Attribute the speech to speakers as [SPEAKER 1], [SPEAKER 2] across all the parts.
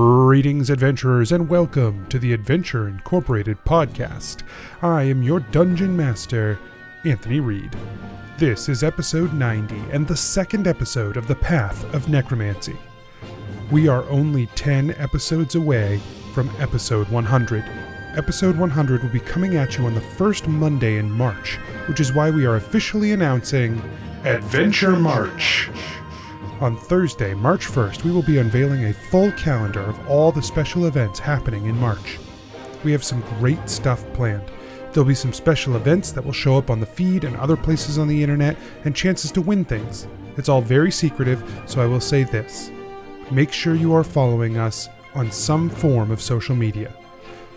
[SPEAKER 1] Greetings, adventurers, and welcome to the Adventure Incorporated podcast. I am your dungeon master, Anthony Reed. This is episode 90 and the second episode of The Path of Necromancy. We are only 10 episodes away from episode 100. Episode 100 will be coming at you on the first Monday in March, which is why we are officially announcing Adventure March. On Thursday, March 1st, we will be unveiling a full calendar of all the special events happening in March. We have some great stuff planned. There'll be some special events that will show up on the feed and other places on the internet, and chances to win things. It's all very secretive, so I will say this make sure you are following us on some form of social media.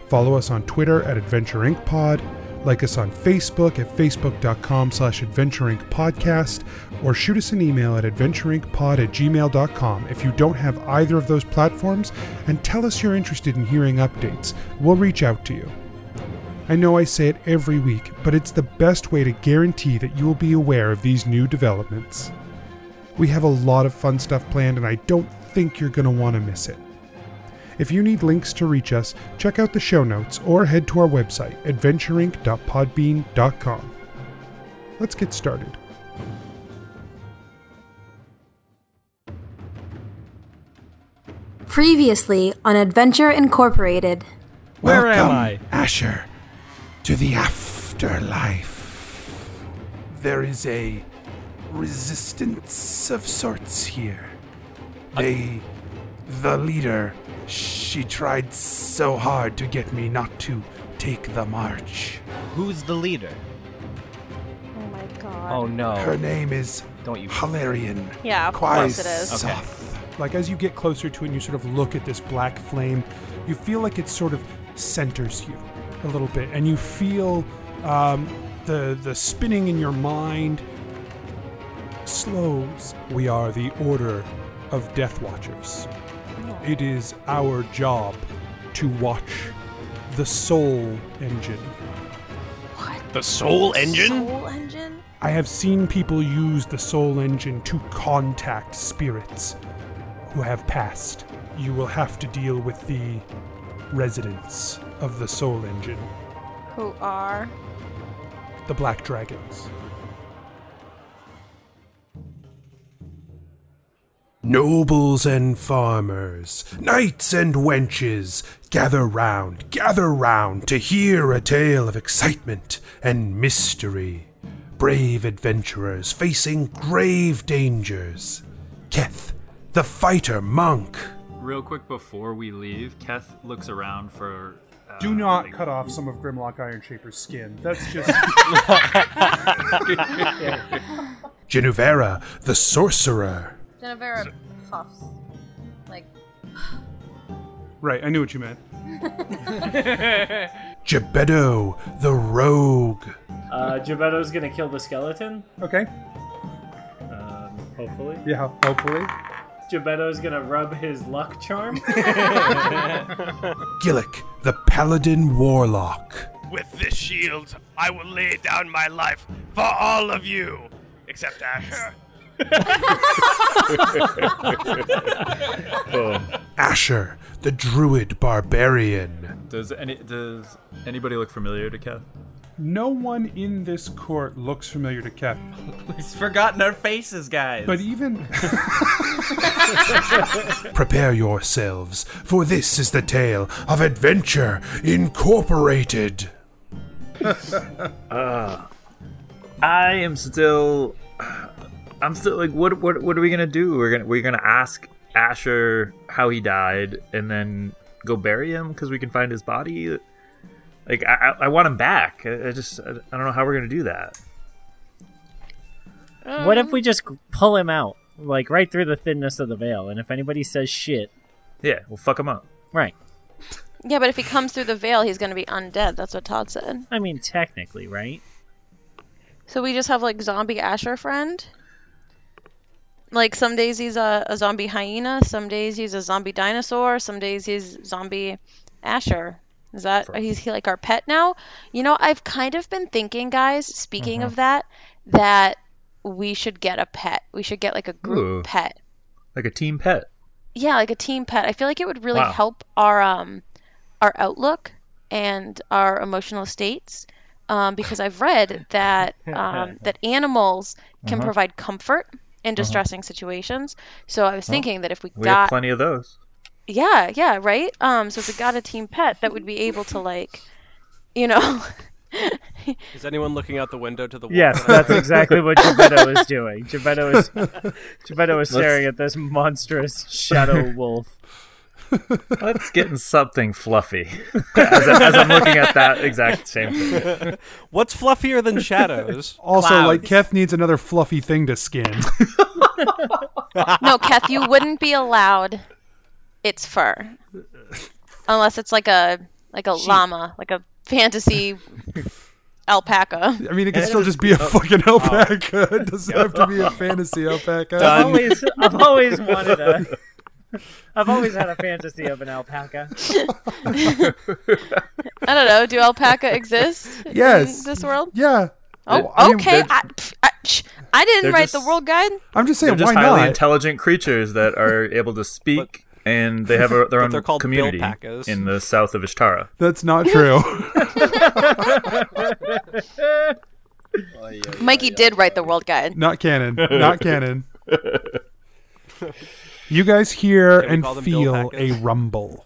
[SPEAKER 1] Follow us on Twitter at Adventure Inc. Pod, like us on Facebook at facebook.com slash Adventure Inc. Podcast, or shoot us an email at adventureincpod at gmail.com if you don't have either of those platforms, and tell us you're interested in hearing updates. We'll reach out to you. I know I say it every week, but it's the best way to guarantee that you will be aware of these new developments. We have a lot of fun stuff planned, and I don't think you're going to want to miss it. If you need links to reach us, check out the show notes or head to our website, adventureinc.podbean.com. Let's get started.
[SPEAKER 2] Previously on Adventure Incorporated.
[SPEAKER 3] Where am
[SPEAKER 4] Welcome,
[SPEAKER 3] I?
[SPEAKER 4] Asher, to the afterlife. There is a resistance of sorts here. They, the leader, she tried so hard to get me not to take the march.
[SPEAKER 3] Who's the leader?
[SPEAKER 5] Oh my god.
[SPEAKER 3] Oh no.
[SPEAKER 4] Her name is
[SPEAKER 3] Don't you-
[SPEAKER 4] Hilarion.
[SPEAKER 5] Yeah, of course it is.
[SPEAKER 3] Okay.
[SPEAKER 4] Quaisoth.
[SPEAKER 1] Like, as you get closer to it and you sort of look at this black flame, you feel like it sort of centers you a little bit, and you feel um, the, the spinning in your mind slows. We are the Order of Death Watchers.
[SPEAKER 5] Hmm.
[SPEAKER 1] It is our job to watch the soul engine.
[SPEAKER 5] What?
[SPEAKER 6] The soul engine?
[SPEAKER 5] Soul engine?
[SPEAKER 1] I have seen people use the soul engine to contact spirits who have passed. You will have to deal with the residents of the soul engine,
[SPEAKER 5] Who are?
[SPEAKER 1] the black dragons.
[SPEAKER 4] Nobles and farmers, knights and wenches, gather round, gather round to hear a tale of excitement and mystery. Brave adventurers facing grave dangers. Keth, the fighter monk.
[SPEAKER 7] Real quick before we leave, Keth looks around for. Uh,
[SPEAKER 1] Do not
[SPEAKER 7] like-
[SPEAKER 1] cut off some of Grimlock Ironshaper's skin. That's just.
[SPEAKER 4] Genuvera, the sorcerer.
[SPEAKER 5] Genevera puffs. Like,
[SPEAKER 1] right, I knew what you meant.
[SPEAKER 4] Gebedo, the rogue.
[SPEAKER 8] Uh, Gebetto's gonna kill the skeleton,
[SPEAKER 1] Okay.
[SPEAKER 8] um, hopefully.
[SPEAKER 1] Yeah, hopefully.
[SPEAKER 8] Gebetto's gonna rub his luck charm.
[SPEAKER 4] Gillick, the paladin warlock.
[SPEAKER 6] With this shield, I will lay down my life for all of you, except Asher.
[SPEAKER 4] Asher, the druid barbarian.
[SPEAKER 7] Does any does anybody look familiar to Keth?
[SPEAKER 1] No one in this court looks familiar to Keth,
[SPEAKER 3] He's forgotten our faces, guys.
[SPEAKER 1] but even.
[SPEAKER 4] Prepare yourselves, for this is the tale of Adventure Incorporated.
[SPEAKER 9] I am still, I'm still like, what, what, what are we gonna do? We're gonna, we're gonna ask Asher how he died, and then go bury him because we can find his body. Like, I, I, I want him back. I, I just, I, I don't know how we're gonna do that.
[SPEAKER 8] what if we just pull him out, like right through the thinness of the veil? And if anybody says shit,
[SPEAKER 9] Yeah, we'll fuck him up.
[SPEAKER 8] right?
[SPEAKER 5] yeah, but if he comes through the veil, he's gonna be undead. That's what Todd said.
[SPEAKER 8] I mean, technically, right?
[SPEAKER 5] So we just have like zombie Asher friend. Like some days he's a, a zombie hyena, some days he's a zombie dinosaur, some days he's zombie Asher. Is that he's he like our pet now? You know, I've kind of been thinking, guys. Speaking of that, that we should get a pet. We should get like a group
[SPEAKER 9] Ooh.
[SPEAKER 5] pet.
[SPEAKER 9] Like a team pet.
[SPEAKER 5] yeah, like a team pet. I feel like it would really
[SPEAKER 9] Wow.
[SPEAKER 5] help our um our outlook and our emotional states. Um, because I've read that um, that animals can provide comfort in distressing situations. So I was thinking that if we,
[SPEAKER 9] We have
[SPEAKER 5] got
[SPEAKER 9] plenty of those.
[SPEAKER 5] yeah, yeah, right. Um, so if we got a team pet that would be able to like, you know,
[SPEAKER 10] Is anyone looking out the window to the wall?
[SPEAKER 8] Yes, that's exactly what Geppetto is doing. Geppetto is Geppetto is staring at this monstrous shadow wolf.
[SPEAKER 9] Let's get in something fluffy. as, I, as I'm looking at that exact same thing.
[SPEAKER 10] What's fluffier than shadows?
[SPEAKER 3] Also, like
[SPEAKER 11] Clouds.
[SPEAKER 3] Keth needs another fluffy thing to skin.
[SPEAKER 5] no, Kath, you wouldn't be allowed its fur, unless it's like a like a llama, like a fantasy alpaca.
[SPEAKER 3] I mean, it can still just be a fucking alpaca. It doesn't have to be a fantasy alpaca.
[SPEAKER 8] I've always, I've always wanted a. I've always had a fantasy of an alpaca.
[SPEAKER 5] I don't know. Do alpaca exist
[SPEAKER 3] Yes.
[SPEAKER 5] in this world?
[SPEAKER 3] Yeah.
[SPEAKER 5] Oh,
[SPEAKER 3] I mean,
[SPEAKER 5] okay.
[SPEAKER 3] they're-
[SPEAKER 5] I, pff, I, psh, I didn't
[SPEAKER 9] they're
[SPEAKER 5] write the
[SPEAKER 9] just-
[SPEAKER 5] world guide.
[SPEAKER 3] I'm just
[SPEAKER 9] They're
[SPEAKER 3] saying, why
[SPEAKER 9] just highly
[SPEAKER 3] not?
[SPEAKER 9] intelligent creatures that are able to speak, and they have a, their own
[SPEAKER 10] they're called
[SPEAKER 9] community
[SPEAKER 10] Bilpacas.
[SPEAKER 9] in the south of Ishtara.
[SPEAKER 3] That's not true.
[SPEAKER 5] Mikey did write the world guide.
[SPEAKER 3] not canon. Not canon. You guys hear
[SPEAKER 10] Can we
[SPEAKER 3] and
[SPEAKER 10] call them
[SPEAKER 3] feel a
[SPEAKER 10] Bilpacas?
[SPEAKER 3] rumble.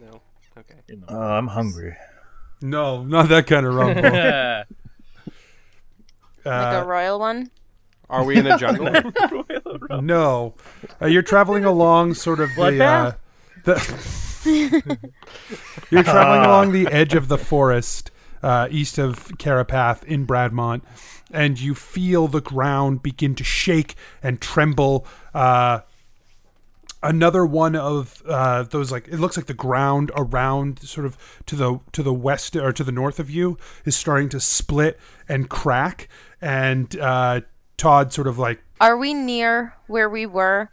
[SPEAKER 10] No. Okay.
[SPEAKER 9] Oh, I'm hungry.
[SPEAKER 3] No, not that kind of rumble.
[SPEAKER 11] Uh,
[SPEAKER 5] Like a royal one.
[SPEAKER 10] Are we in a jungle?
[SPEAKER 3] no, uh, you're traveling along sort of the. Uh,
[SPEAKER 8] Bloodbath?
[SPEAKER 3] the you're traveling along the edge of the forest uh, east of Carapath in Bradmont, and you feel the ground begin to shake and tremble. Uh, another one of uh, those like it looks like the ground around sort of to the to the west or to the north of you is starting to split and crack and uh, todd sort of like
[SPEAKER 5] Are we near where we were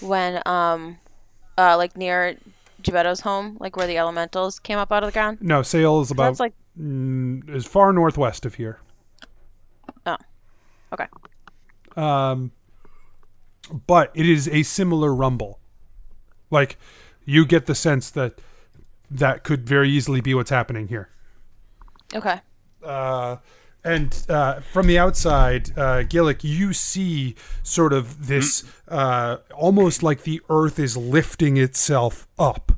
[SPEAKER 5] when, um, uh, like near Gebetto's home, like where the elementals came up out of the ground?
[SPEAKER 3] no sail is about
[SPEAKER 5] That's like,
[SPEAKER 3] mm, as far northwest of here
[SPEAKER 5] oh, okay.
[SPEAKER 3] um, but it is a similar rumble like you get the sense that that could very easily be what's happening here
[SPEAKER 5] Okay.
[SPEAKER 3] Uh, and uh, from the outside, uh, Gillick, you see sort of this uh, almost like the earth is lifting itself up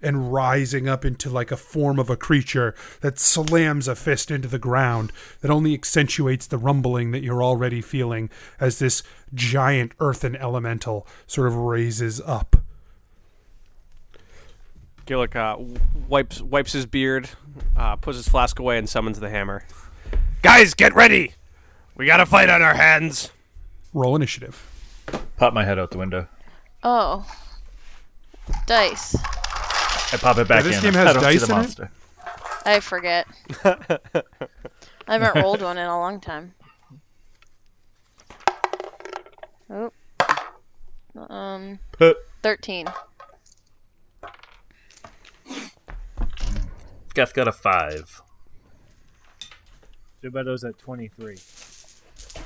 [SPEAKER 3] and rising up into like a form of a creature that slams a fist into the ground that only accentuates the rumbling that you're already feeling as this giant earthen elemental sort of raises up.
[SPEAKER 10] Gillick uh, w- wipes wipes his beard, uh, puts his flask away, and summons the hammer.
[SPEAKER 6] Guys, get ready. We got a fight on our hands.
[SPEAKER 3] Roll initiative.
[SPEAKER 9] Pop my head out the window.
[SPEAKER 5] Oh, dice.
[SPEAKER 9] I pop it back
[SPEAKER 3] this
[SPEAKER 9] in.
[SPEAKER 3] game has
[SPEAKER 9] I don't see the
[SPEAKER 3] dice in it?
[SPEAKER 9] monster.
[SPEAKER 5] I forget. I haven't rolled one in a long time. Oh. Um, thirteen.
[SPEAKER 9] Geth got a five.
[SPEAKER 8] Geppetto's at 23.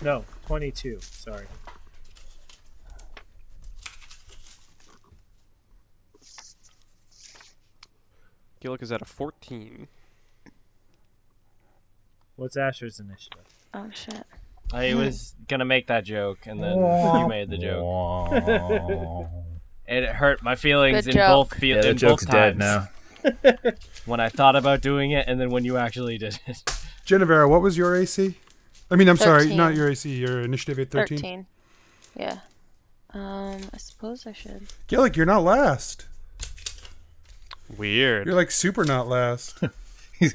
[SPEAKER 8] No, 22. Sorry.
[SPEAKER 10] Gillick is at a fourteen.
[SPEAKER 8] What's Asher's initiative?
[SPEAKER 5] Oh shit.
[SPEAKER 11] I was gonna make that joke, and then you made the joke. It hurt my feelings
[SPEAKER 5] Good
[SPEAKER 11] in
[SPEAKER 5] joke.
[SPEAKER 11] both feel
[SPEAKER 9] Yeah, that
[SPEAKER 11] in
[SPEAKER 9] joke's
[SPEAKER 11] both
[SPEAKER 9] dead
[SPEAKER 11] times.
[SPEAKER 9] now.
[SPEAKER 11] When I thought about doing it, and then when you actually did it.
[SPEAKER 3] Genevera, what was your AC? I mean, I'm sorry,
[SPEAKER 5] 13.
[SPEAKER 3] not your AC, your initiative at 13.
[SPEAKER 5] 13. Yeah. Um, I suppose I should.
[SPEAKER 3] Gillick, you're not last.
[SPEAKER 10] Weird.
[SPEAKER 3] You're like super not last.
[SPEAKER 9] He's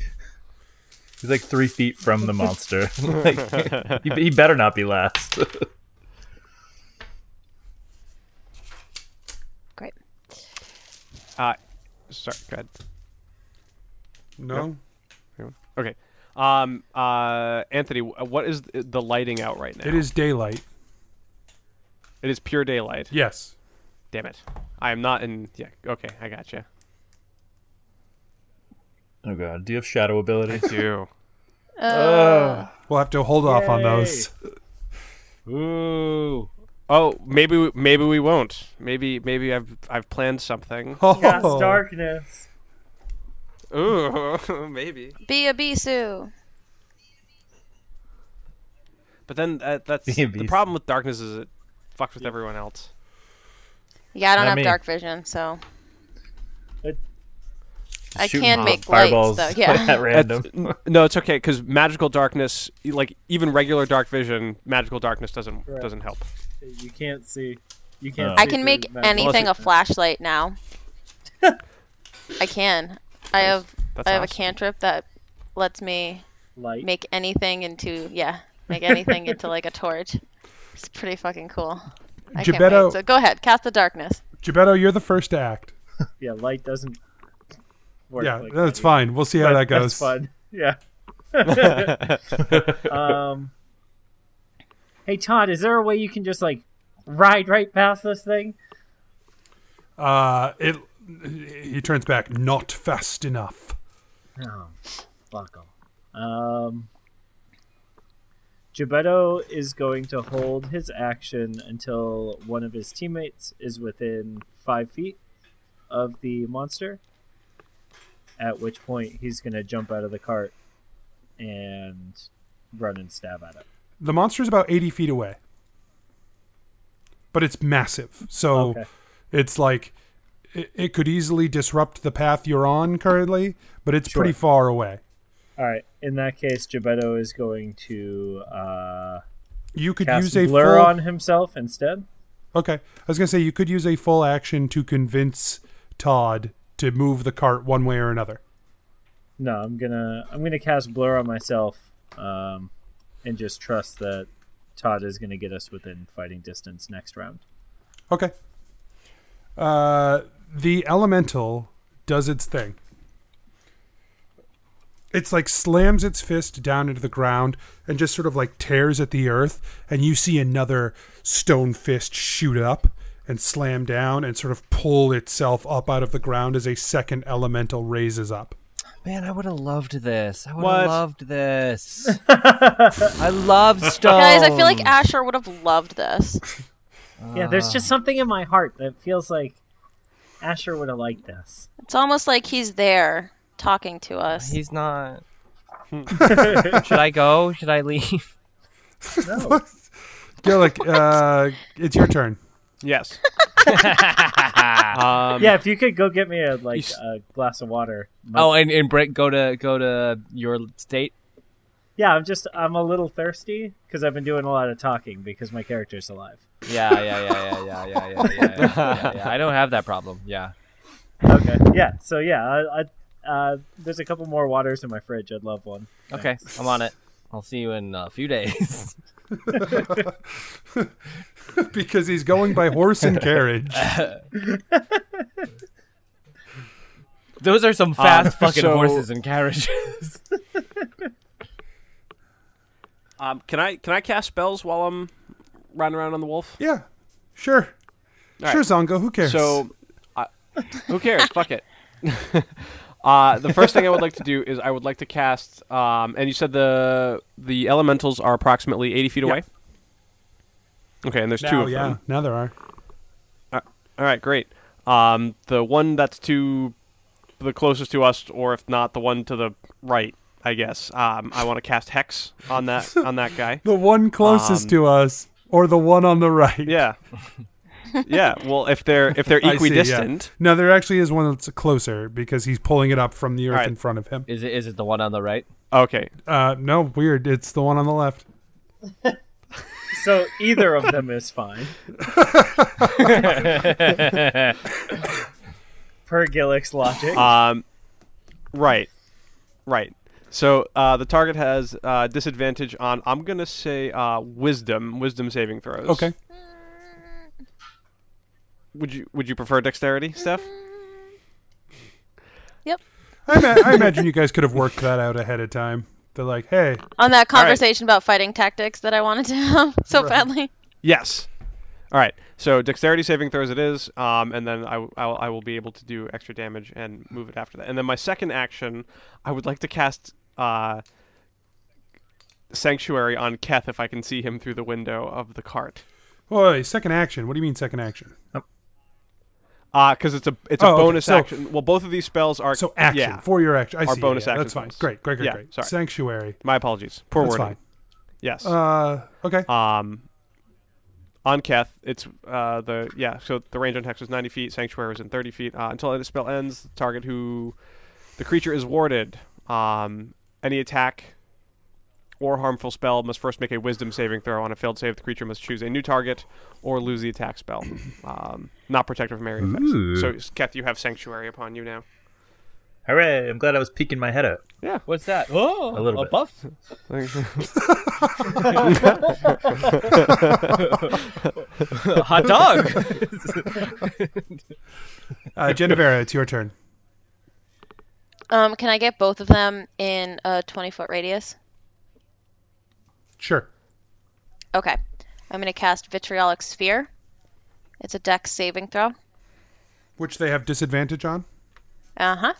[SPEAKER 9] like three feet from the monster. Like, he, he better not be last.
[SPEAKER 5] Great.
[SPEAKER 10] Uh, sorry. Go ahead.
[SPEAKER 3] No.
[SPEAKER 10] Okay. Um. Uh. Anthony, wh- what is th- the lighting out right now?
[SPEAKER 3] It is daylight.
[SPEAKER 10] It is pure daylight.
[SPEAKER 3] Yes.
[SPEAKER 10] Damn it. I am not in. Yeah. Okay. I gotcha.
[SPEAKER 9] Oh god, do you have shadow ability?
[SPEAKER 10] Do.
[SPEAKER 5] Uh,
[SPEAKER 3] We'll have to hold off on those.
[SPEAKER 11] Ooh.
[SPEAKER 10] Oh, maybe we- maybe we won't. Maybe maybe I've I've planned something.
[SPEAKER 8] Cast
[SPEAKER 3] Oh.
[SPEAKER 9] Oh.
[SPEAKER 8] darkness.
[SPEAKER 10] Ooh, maybe.
[SPEAKER 5] Be a Bisu.
[SPEAKER 10] But then that, that's
[SPEAKER 9] Be a
[SPEAKER 10] the
[SPEAKER 9] beast.
[SPEAKER 10] problem with darkness is it fucks with everyone else.
[SPEAKER 5] Yeah, I don't
[SPEAKER 9] Not
[SPEAKER 5] have
[SPEAKER 9] me.
[SPEAKER 5] dark vision, so.
[SPEAKER 8] It-
[SPEAKER 5] I
[SPEAKER 9] Shoot
[SPEAKER 5] can
[SPEAKER 9] hot
[SPEAKER 5] make
[SPEAKER 9] fireballs
[SPEAKER 5] lights, though. Yeah.
[SPEAKER 9] at random.
[SPEAKER 10] That's- n- no, it's okay because magical darkness, e- like even regular dark vision, magical darkness doesn't
[SPEAKER 8] Right.
[SPEAKER 10] doesn't help.
[SPEAKER 8] You can't see. You
[SPEAKER 9] No.
[SPEAKER 8] can't.
[SPEAKER 5] I
[SPEAKER 8] see
[SPEAKER 5] can
[SPEAKER 8] through
[SPEAKER 5] make
[SPEAKER 8] magic.
[SPEAKER 5] anything
[SPEAKER 10] it-
[SPEAKER 5] a flashlight now. I can. I have
[SPEAKER 10] That's
[SPEAKER 5] I have
[SPEAKER 10] awesome.
[SPEAKER 5] a cantrip that lets me
[SPEAKER 8] Light.
[SPEAKER 5] make anything into yeah, make anything into like a torch. It's pretty fucking cool. I can't
[SPEAKER 3] Gebetto-
[SPEAKER 5] wait. So go ahead, cast the darkness.
[SPEAKER 3] Gebetto, you're the first to act.
[SPEAKER 8] Yeah, light doesn't work.
[SPEAKER 3] Yeah,
[SPEAKER 8] like
[SPEAKER 3] that's
[SPEAKER 8] that.
[SPEAKER 3] fine. We'll see how that goes.
[SPEAKER 8] That's fun. Yeah. um. Hey Todd, is there a way you can just like ride right past this thing?
[SPEAKER 3] Uh, it. He turns back. Not fast enough.
[SPEAKER 8] No, fuck 'em. Um, Gebetto is going to hold his action until one of his teammates is within five feet of the monster. At which point he's going to jump out of the cart and run and stab at it.
[SPEAKER 3] The monster's about eighty feet away, but it's massive. So
[SPEAKER 8] Okay.
[SPEAKER 3] it's like it, it could easily disrupt the path you're on currently, but it's pretty
[SPEAKER 8] Sure.
[SPEAKER 3] far away.
[SPEAKER 8] All right. In that case, Gebetto is going to uh,
[SPEAKER 3] You could
[SPEAKER 8] cast
[SPEAKER 3] use a
[SPEAKER 8] blur
[SPEAKER 3] full,
[SPEAKER 8] on himself instead.
[SPEAKER 3] Okay, I was gonna say you could use a full action to convince Todd to move the cart one way or another.
[SPEAKER 8] No, I'm gonna I'm gonna cast blur on myself, um, and just trust that Todd is gonna get us within fighting distance next round.
[SPEAKER 3] Okay. Uh, the elemental does its thing. It's like slams its fist down into the ground and just sort of like tears at the earth, and you see another stone fist shoot up and slam down and sort of pull itself up out of the ground as a second elemental raises up.
[SPEAKER 12] Man, I would have loved this. I would
[SPEAKER 10] What?
[SPEAKER 12] have loved this. I love stone.
[SPEAKER 5] Guys, I feel like Asher would have loved this.
[SPEAKER 8] yeah, there's just
[SPEAKER 3] Ah.
[SPEAKER 8] something in my heart that feels like Asher would have liked this.
[SPEAKER 5] It's almost like he's there talking to us.
[SPEAKER 12] He's not. Should I go? Should I leave?
[SPEAKER 3] Gillick, uh, it's your turn.
[SPEAKER 10] Yes. um,
[SPEAKER 8] yeah, if you could go get me a like
[SPEAKER 12] He's-
[SPEAKER 8] a glass of water. My-
[SPEAKER 12] Oh, and and Brent, go to go to your state.
[SPEAKER 8] yeah, I'm just I'm a little thirsty because I've been doing a lot of talking because my character's alive.
[SPEAKER 12] Yeah, yeah, yeah, yeah, yeah, yeah, yeah, yeah, yeah, yeah. I don't have that problem. Yeah.
[SPEAKER 8] Okay. Yeah. So yeah, I, I uh, there's a couple more waters in my fridge. I'd love one.
[SPEAKER 12] Okay, I'm on it. I'll see you in a few days.
[SPEAKER 3] because he's going by horse and carriage.
[SPEAKER 12] Those are some fast
[SPEAKER 10] Um,
[SPEAKER 12] fucking
[SPEAKER 10] so-
[SPEAKER 12] horses and carriages.
[SPEAKER 10] um, can I can I cast spells while I'm riding around on the wolf?
[SPEAKER 3] Yeah, sure.
[SPEAKER 10] All
[SPEAKER 3] Sure,
[SPEAKER 10] right.
[SPEAKER 3] Zongo, who cares?
[SPEAKER 10] So, I who cares? Fuck it. uh, the first thing I would like to do is I would like to cast. Um, and you said the the elementals are approximately eighty feet away. Okay, and there's two
[SPEAKER 3] Now,
[SPEAKER 10] of
[SPEAKER 3] yeah,
[SPEAKER 10] them. Uh,
[SPEAKER 3] now there are.
[SPEAKER 10] All right, great. Um, the one that's to the closest to us, or if not, the one to the right, I guess. Um, I want to cast hex on that on that guy.
[SPEAKER 3] The one closest
[SPEAKER 10] Um,
[SPEAKER 3] to us, or the one on the right.
[SPEAKER 10] Yeah. Yeah. Well, if they're if they're
[SPEAKER 3] I see, yeah.
[SPEAKER 10] equidistant,
[SPEAKER 3] No, there actually is one that's closer because he's pulling it up from the earth
[SPEAKER 10] Alright.
[SPEAKER 3] in front of him.
[SPEAKER 12] is it is it the one on the right?
[SPEAKER 10] okay.
[SPEAKER 3] Uh, no, weird. It's the one on the left.
[SPEAKER 8] So either of them is fine. per Gillick's logic.
[SPEAKER 9] Uh,
[SPEAKER 10] Um, right, right. So uh, the target has uh, disadvantage on. I'm gonna say uh, wisdom, wisdom saving throws.
[SPEAKER 3] Okay.
[SPEAKER 10] Would you Would you prefer dexterity, Steph?
[SPEAKER 3] I, ma- I imagine you guys could have worked that out ahead of time. They're like, hey,
[SPEAKER 5] On that conversation about fighting tactics that I wanted to have so badly.
[SPEAKER 10] Yes. All right. So dexterity saving throws it is, um, and then I, w- I will- I will be able to do extra damage and move it after that. And then my second action, I would like to cast uh, sanctuary on Keth if I can see him through the window of the cart.
[SPEAKER 3] Boy, second action. What do you mean second action?
[SPEAKER 10] Uh, because it's a it's a
[SPEAKER 3] Oh, okay.
[SPEAKER 10] bonus
[SPEAKER 3] So-
[SPEAKER 10] action. Well, both of these spells are
[SPEAKER 3] So action
[SPEAKER 10] yeah,
[SPEAKER 3] for your action. I
[SPEAKER 10] are
[SPEAKER 3] see.
[SPEAKER 10] bonus
[SPEAKER 3] yeah,
[SPEAKER 10] action.
[SPEAKER 3] That's fine.
[SPEAKER 10] spells.
[SPEAKER 3] Great, great, great,
[SPEAKER 10] Yeah,
[SPEAKER 3] great.
[SPEAKER 10] Sorry.
[SPEAKER 3] Sanctuary.
[SPEAKER 10] My apologies. Poor
[SPEAKER 3] That's
[SPEAKER 10] wording.
[SPEAKER 3] fine.
[SPEAKER 10] Yes.
[SPEAKER 3] Uh, okay.
[SPEAKER 10] Um, on Keth, it's uh, the yeah. So the range on Hex was 90 feet. Sanctuary was in 30 feet. Uh, until the spell ends, the target who the creature is warded. Um, any attack or harmful spell must first make a Wisdom saving throw. On a failed save, the creature must choose a new target or lose the attack spell. Um, not protective from area
[SPEAKER 9] Ooh.
[SPEAKER 10] effects. So Keth, you have Sanctuary upon you now.
[SPEAKER 9] Hooray! I'm glad I was peeking my head up.
[SPEAKER 10] Yeah.
[SPEAKER 12] What's that? Oh,
[SPEAKER 9] A little
[SPEAKER 12] a
[SPEAKER 9] bit.
[SPEAKER 12] buff. Hot dog.
[SPEAKER 3] Uh, Genevera, it's your turn.
[SPEAKER 5] Um, can I get both of them in a 20 foot radius?
[SPEAKER 3] Sure.
[SPEAKER 5] Okay. I'm going to cast Vitriolic Sphere. It's a dex saving throw.
[SPEAKER 3] Which they have disadvantage on.
[SPEAKER 5] Uh huh.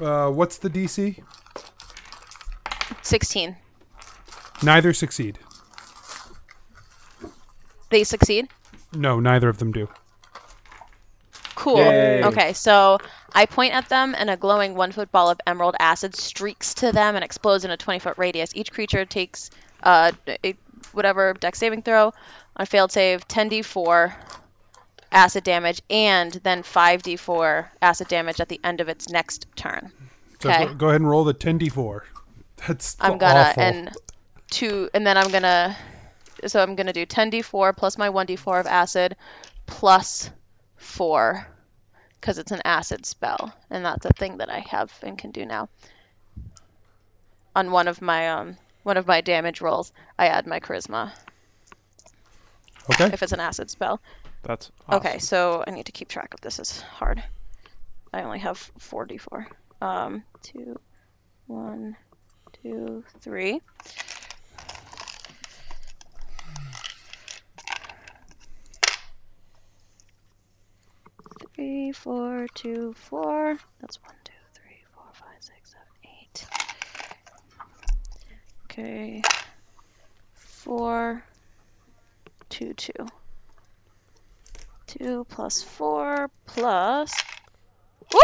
[SPEAKER 3] Uh, what's the DC?
[SPEAKER 5] 16.
[SPEAKER 3] Neither succeed.
[SPEAKER 5] They succeed?
[SPEAKER 3] No, neither of them do.
[SPEAKER 5] Cool.
[SPEAKER 3] Yay.
[SPEAKER 5] Okay, so I point at them, and a glowing one foot ball of emerald acid streaks to them and explodes in a 20 foot radius. Each creature takes uh, a- whatever dex saving throw, on failed save, 10d4 acid damage, and then 5d4 acid damage at the end of its next turn.
[SPEAKER 3] So
[SPEAKER 5] Okay.
[SPEAKER 3] go, go ahead and roll the 10d4. That's
[SPEAKER 5] I'm gonna
[SPEAKER 3] awful.
[SPEAKER 5] and two, and then I'm gonna. So I'm gonna do 10d4 plus my 1d4 of acid, plus four, because it's an acid spell, and that's a thing that I have and can do now. On one of my um one of my damage rolls, I add my charisma
[SPEAKER 3] Okay.
[SPEAKER 5] if it's an acid spell.
[SPEAKER 10] That's
[SPEAKER 5] Okay, so I need to keep track of this. It's hard. I only have 4d4. Um, two, one, two, three. Three, four, two, four. That's one, two, three, four, five, six, seven, eight. Okay. Four, two, two. 2 plus 4 plus. Woo!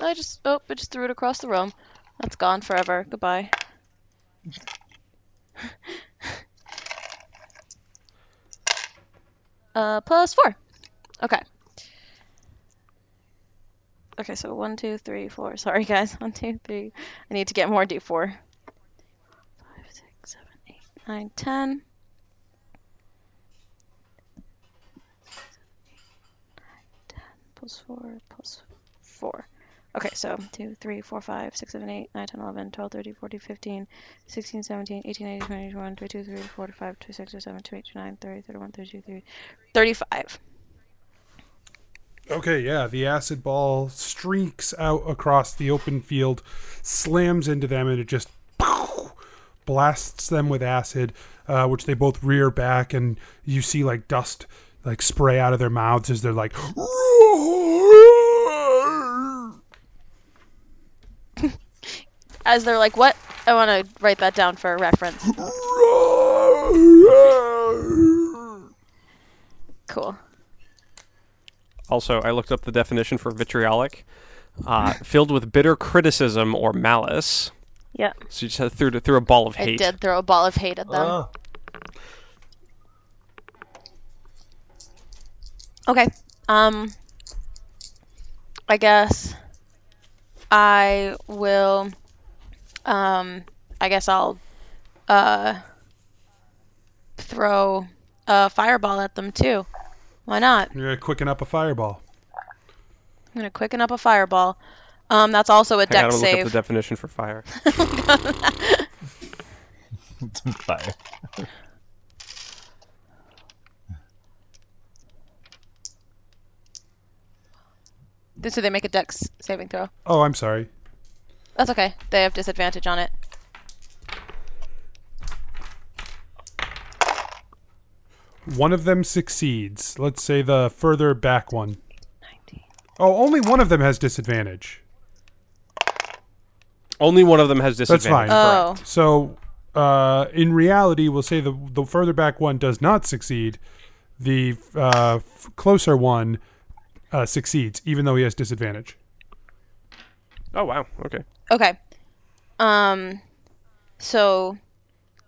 [SPEAKER 5] I just. Oh, I just threw it across the room. That's gone forever. Goodbye. uh, plus 4. Okay. Okay, so one, two, three, four. Sorry, guys. one, two, three. I need to get more d4. 9, 10. plus 4 plus 4. Okay, so 2, 3, 4, 5, 6, 7, 8, 9, 10, 11, 12, 13, 14, 15, 16, 17, 18, 19, 20, 21, 22, 23, 24, 25, 26, 27, 28, 29, 30, 31, 32, 33, 35.
[SPEAKER 3] Okay, yeah, the acid ball streaks out across the open field, slams into them, and it just pow, blasts them with acid, uh, which they both rear back, and you see like dust like spray out of their mouths as they're like,
[SPEAKER 5] As they're like, what? I want to write that down for reference. Cool.
[SPEAKER 10] Also, I looked up the definition for vitriolic. Uh, filled with bitter criticism or malice.
[SPEAKER 5] Yeah.
[SPEAKER 10] So you just had- threw threw a ball of
[SPEAKER 5] I
[SPEAKER 10] hate.
[SPEAKER 5] did throw a ball of hate at them. Okay. Um I guess I will um I guess I'll uh throw a fireball at them too. Why not?
[SPEAKER 3] You're gonna quicken up a fireball.
[SPEAKER 5] I'm gonna quicken up a fireball. Um that's also a
[SPEAKER 10] I gotta
[SPEAKER 5] deck
[SPEAKER 10] look
[SPEAKER 5] save.
[SPEAKER 10] up the definition for fire.
[SPEAKER 9] fire.
[SPEAKER 5] so they make a dex saving throw.
[SPEAKER 3] Oh, I'm sorry.
[SPEAKER 5] That's okay. They have disadvantage on it.
[SPEAKER 3] One of them succeeds. Let's say the further back one. Oh, only one of them has disadvantage.
[SPEAKER 10] Only one of them has
[SPEAKER 3] That's fine.
[SPEAKER 10] disadvantage.
[SPEAKER 5] Oh.
[SPEAKER 3] So, uh, in reality, we'll say the the further back one does not succeed. The uh, f- closer one uh, succeeds, even though he has disadvantage.
[SPEAKER 10] Oh wow. Okay.
[SPEAKER 5] Okay. Um so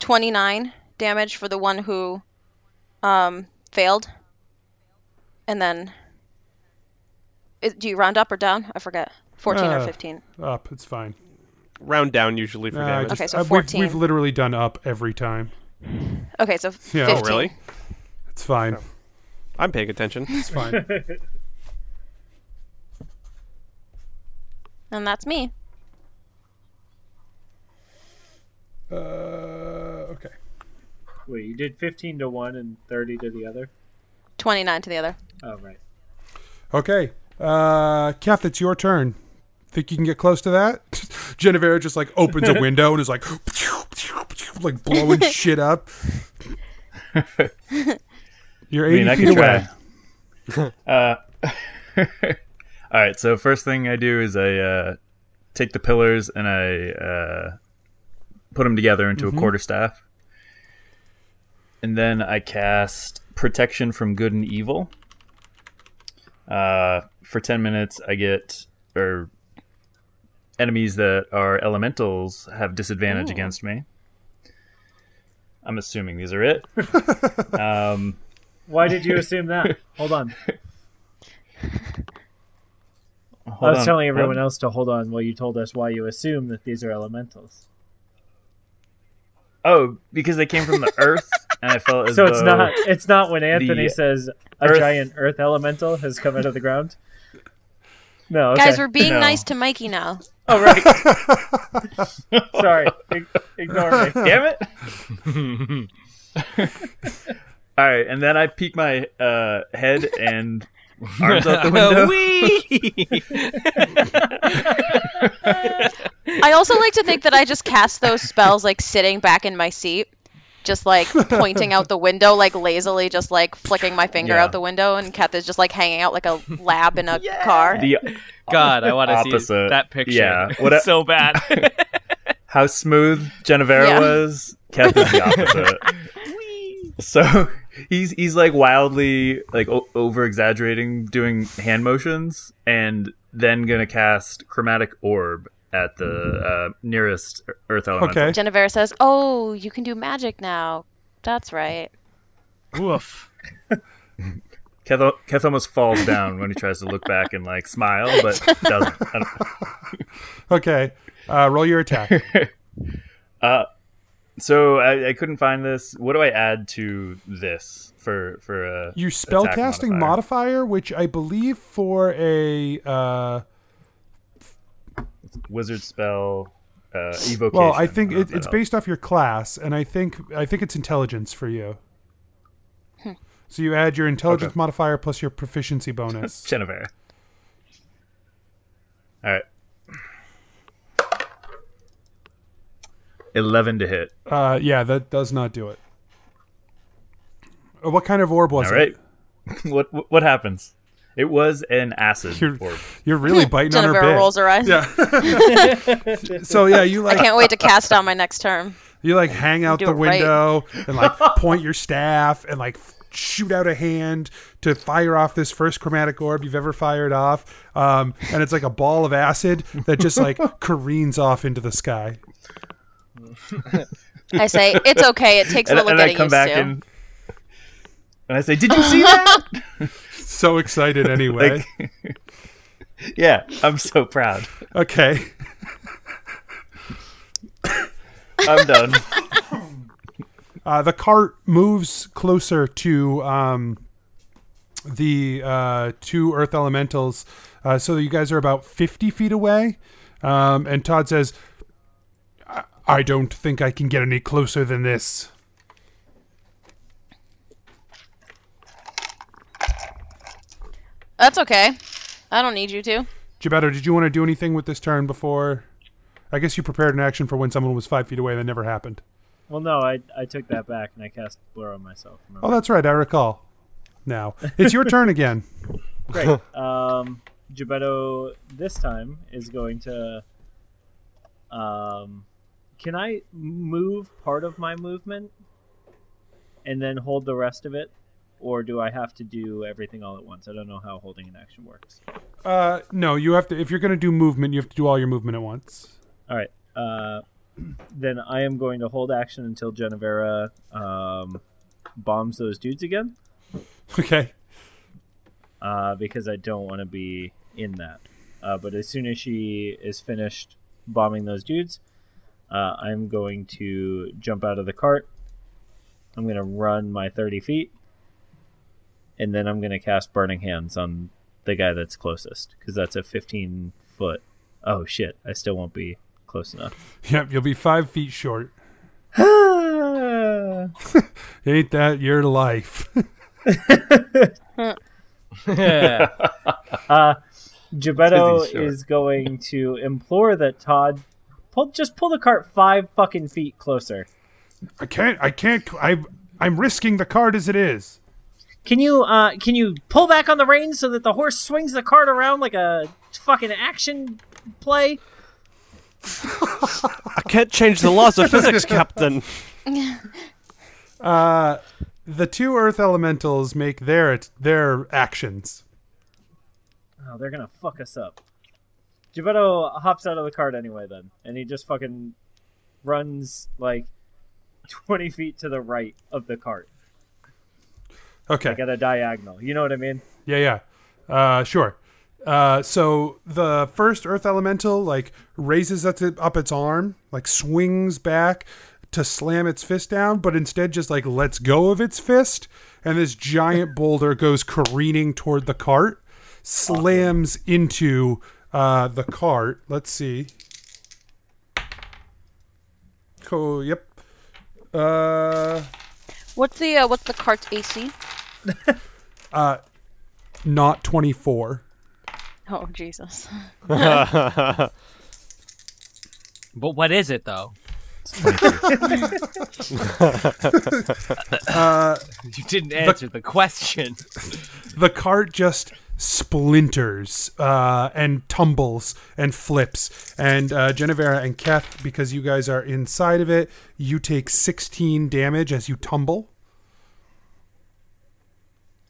[SPEAKER 5] 29 damage for the one who um failed. And then is, do you round up or down? I forget. 14 or
[SPEAKER 3] Uh,
[SPEAKER 5] 15.
[SPEAKER 3] Up, it's fine.
[SPEAKER 10] Round down usually for
[SPEAKER 3] Nah, I
[SPEAKER 10] damage.
[SPEAKER 3] just-
[SPEAKER 5] Okay, so
[SPEAKER 3] uh, we've-
[SPEAKER 5] 14.
[SPEAKER 3] We've, literally done up every time.
[SPEAKER 5] Okay, so 15.
[SPEAKER 3] Yeah.
[SPEAKER 10] Oh really?
[SPEAKER 3] It's fine.
[SPEAKER 10] I'm paying attention.
[SPEAKER 3] It's fine.
[SPEAKER 5] And that's me.
[SPEAKER 3] Uh, okay.
[SPEAKER 8] Wait, you did 15 to one and 30 to the other?
[SPEAKER 5] 29 to the other.
[SPEAKER 8] Oh, right.
[SPEAKER 3] Okay. Uh, Kath, it's your turn. Think you can get close to that? Genevera just like opens a window and is like, like blowing shit up. You're 80 feet away.
[SPEAKER 9] away. uh, all right. So first thing I do is I uh, take the pillars and I uh, put them together into
[SPEAKER 8] Mm-hmm.
[SPEAKER 7] Mhm.
[SPEAKER 9] a quarter staff, and then I cast protection from good and evil. Uh, for ten minutes, I get or enemies that are elementals have disadvantage
[SPEAKER 7] Ooh.
[SPEAKER 9] against me. I'm assuming these are it. um,
[SPEAKER 8] Why did you assume that? Hold on. I
[SPEAKER 9] Hold
[SPEAKER 8] was
[SPEAKER 9] on.
[SPEAKER 8] telling everyone
[SPEAKER 9] What?
[SPEAKER 8] else to hold on while you told us why you assume that these are elementals.
[SPEAKER 9] Oh, because they came from the earth, and I felt as
[SPEAKER 8] So it's
[SPEAKER 9] though
[SPEAKER 8] not it's not when Anthony
[SPEAKER 9] the
[SPEAKER 8] says a
[SPEAKER 9] earth-
[SPEAKER 8] giant earth elemental has come out of the ground. No,
[SPEAKER 5] Guys,
[SPEAKER 8] okay.
[SPEAKER 5] we're being nice to Mikey now.
[SPEAKER 8] Oh right. Sorry, ig- ignore me.
[SPEAKER 9] Damn it! All right, and then I peek my uh, head and arms out the window.
[SPEAKER 5] I also like to think that I just cast those spells like sitting back in my seat, just like pointing out the window, like lazily, just like flicking my finger
[SPEAKER 9] Yeah.
[SPEAKER 5] out the window, and Kath is just like hanging out like a lab in a car.
[SPEAKER 9] The
[SPEAKER 12] God, I wanna see
[SPEAKER 9] opposite.
[SPEAKER 12] that picture.
[SPEAKER 9] Yeah,
[SPEAKER 12] So bad.
[SPEAKER 9] how smooth Genevera
[SPEAKER 12] Yeah.
[SPEAKER 9] was. Keth is the opposite. so he's he's like wildly like o- over exaggerating, doing hand motions, and then gonna cast chromatic orb at the uh, nearest Earth elemental.
[SPEAKER 5] Genevera says, "Oh, you can do magic now. That's right."
[SPEAKER 9] Woof. Keth, al- Keth almost falls down when he tries to look back and like smile, but doesn't. I don't-
[SPEAKER 3] Okay. Uh, roll your attack.
[SPEAKER 9] Uh, so I, I couldn't find this. What do I add to this for for a
[SPEAKER 3] You
[SPEAKER 9] attack
[SPEAKER 3] spellcasting modifier.
[SPEAKER 9] modifier?
[SPEAKER 3] which I believe for a uh,
[SPEAKER 9] wizard spell uh, evocation?
[SPEAKER 3] well, I think
[SPEAKER 9] don't know
[SPEAKER 3] it,
[SPEAKER 9] if
[SPEAKER 3] it's
[SPEAKER 9] that
[SPEAKER 3] based off your class, and I think I think it's intelligence for you. So you add your intelligence
[SPEAKER 9] Hmm. Okay.
[SPEAKER 3] modifier plus your proficiency bonus.
[SPEAKER 9] helps. Genevera. All right. Eleven to hit.
[SPEAKER 3] Uh, yeah, that does not do it. Uh, What kind of orb was
[SPEAKER 9] All right.
[SPEAKER 3] it?
[SPEAKER 9] what what- what happens? It was an acid
[SPEAKER 3] You're-
[SPEAKER 9] orb.
[SPEAKER 3] You're really biting on her
[SPEAKER 5] Genevera
[SPEAKER 3] bit.
[SPEAKER 5] rolls her eyes.
[SPEAKER 3] so yeah, you like
[SPEAKER 5] I can't wait to cast on my next term.
[SPEAKER 3] You like hang out
[SPEAKER 5] do
[SPEAKER 3] the
[SPEAKER 5] it right.
[SPEAKER 3] window and like point your staff and like shoot out a hand to fire off this first chromatic orb you've ever fired off. Um, and it's like a ball of acid that just like careens off into the sky.
[SPEAKER 5] I say, "It's okay. It takes a
[SPEAKER 9] and,
[SPEAKER 5] little
[SPEAKER 9] and
[SPEAKER 5] getting
[SPEAKER 9] I come
[SPEAKER 5] used
[SPEAKER 9] back
[SPEAKER 5] to."
[SPEAKER 9] and and I say, "Did you see that?"
[SPEAKER 3] So excited anyway.
[SPEAKER 9] Like- yeah, I'm so proud.
[SPEAKER 3] okay.
[SPEAKER 9] I'm done.
[SPEAKER 3] Uh, the cart moves closer to um, the uh, two Earth Elementals, uh, so you guys are about fifty feet away. Um, and Todd says, I-, "I don't think I can get any closer than this."
[SPEAKER 5] That's okay. I don't need you to.
[SPEAKER 3] Gebetto, did you want to do anything with this turn before? I guess you prepared an action for when someone was five feet away. That never happened.
[SPEAKER 8] Well, no, I, I took that back and I cast blur on myself.
[SPEAKER 3] Oh, that's right. I recall. Now it's your turn again.
[SPEAKER 8] Great. Um, Gebetto this time is going to Um, can I move part of my movement and then hold the rest of it, or do I have to do everything all at once? I don't know how holding an action works.
[SPEAKER 1] Uh, no, you have to. If you're going to do movement, you have to do all your movement at once.
[SPEAKER 8] All right. Uh, then I am going to hold action until Genevera um, bombs those dudes again.
[SPEAKER 1] Okay.
[SPEAKER 8] Uh, because I don't want to be in that. Uh, but as soon as she is finished bombing those dudes, uh, I'm going to jump out of the cart. I'm going to run my 30 feet. And then I'm going to cast Burning Hands on the guy that's closest. Because that's a 15 foot. Oh, shit. I still won't be close enough.
[SPEAKER 1] Yep, you'll be five feet short.
[SPEAKER 8] Ah.
[SPEAKER 1] Ain't that your life?
[SPEAKER 8] uh, Gebetto
[SPEAKER 9] Tizzy's short.
[SPEAKER 8] is going to implore that Todd pull, just pull the cart five fucking feet closer.
[SPEAKER 1] I can't. I can't. I. I'm risking the card as it is.
[SPEAKER 8] Can you uh, can you pull back on the reins so that the horse swings the cart around like a fucking action play?
[SPEAKER 10] I can't change the laws of physics, Captain.
[SPEAKER 1] Uh, the two Earth elementals make their their actions.
[SPEAKER 8] Oh, they're gonna fuck us up. Gebetto hops out of the cart anyway, then, and he just fucking runs like twenty feet to the right of the cart,
[SPEAKER 1] Okay.
[SPEAKER 8] like at a diagonal. You know what I mean?
[SPEAKER 1] Yeah, yeah. Uh, sure. Uh, so the first Earth Elemental like raises up, it, up its arm, like swings back to slam its fist down, but instead just like lets go of its fist, and this giant boulder goes careening toward the cart, slams into uh, the cart. Let's see. Oh, yep. Uh,
[SPEAKER 5] What's the uh, what's the cart's AC?
[SPEAKER 1] uh, not twenty four.
[SPEAKER 5] Oh Jesus.
[SPEAKER 10] but
[SPEAKER 11] what is it though?
[SPEAKER 1] Uh,
[SPEAKER 11] you didn't answer the question.
[SPEAKER 1] the cart just splinters uh, and tumbles and flips. And uh, Genevera and Keth, because you guys are inside of it, you take 16 damage as you tumble.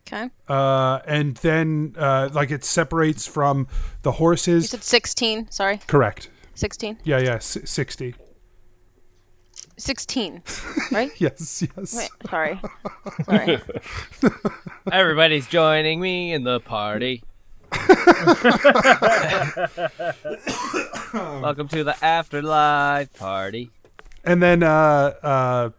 [SPEAKER 5] Okay.
[SPEAKER 1] Uh, and then, uh, like, it separates from the horses.
[SPEAKER 5] You said 16. Sorry.
[SPEAKER 1] Correct.
[SPEAKER 5] 16.
[SPEAKER 1] Yeah, yeah, s- 60.
[SPEAKER 5] 16. Right?
[SPEAKER 1] Yes, yes.
[SPEAKER 5] Wait, sorry. Sorry.
[SPEAKER 11] Everybody's joining me in the party. Welcome to the afterlife party.
[SPEAKER 1] And then uh, uh,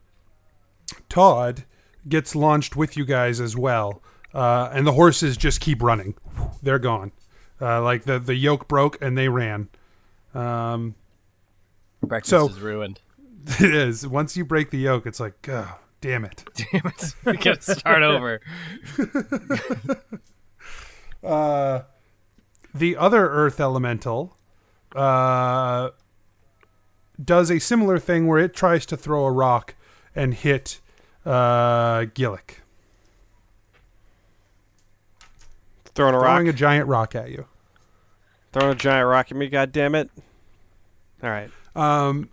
[SPEAKER 1] Todd gets launched with you guys as well. Uh, and the horses just keep running. They're gone. Uh, like the, the yoke broke and they ran. Um,
[SPEAKER 11] Breakfast
[SPEAKER 1] So-
[SPEAKER 11] is ruined.
[SPEAKER 1] it is. Once you break the yoke, it's like, oh, damn it.
[SPEAKER 11] Damn it. We gotta start over.
[SPEAKER 1] Uh, the other Earth Elemental uh, does a similar thing where it tries to throw a rock and hit uh, Gillick,
[SPEAKER 10] Throwing a rock.
[SPEAKER 1] throwing a giant rock at you.
[SPEAKER 10] Throwing a giant rock at me, God damn it! All right.
[SPEAKER 1] Um,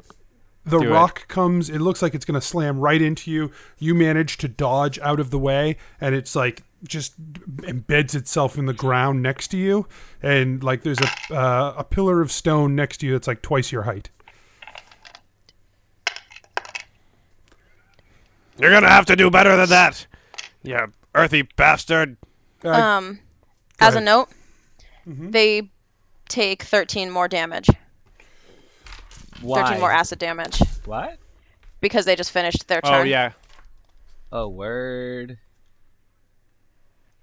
[SPEAKER 1] the
[SPEAKER 10] Do it.
[SPEAKER 1] rock comes. It looks like it's going to slam right into you. You manage to dodge out of the way, and it's like just embeds itself in the ground next to you. And like there's a uh, a pillar of stone next to you that's like twice your height.
[SPEAKER 13] You're gonna have to do better than that, you earthy bastard.
[SPEAKER 5] um, as a note, they take 13 more damage. 13 more acid damage
[SPEAKER 11] What?
[SPEAKER 5] because they just finished their turn.
[SPEAKER 10] Oh yeah.
[SPEAKER 11] A word.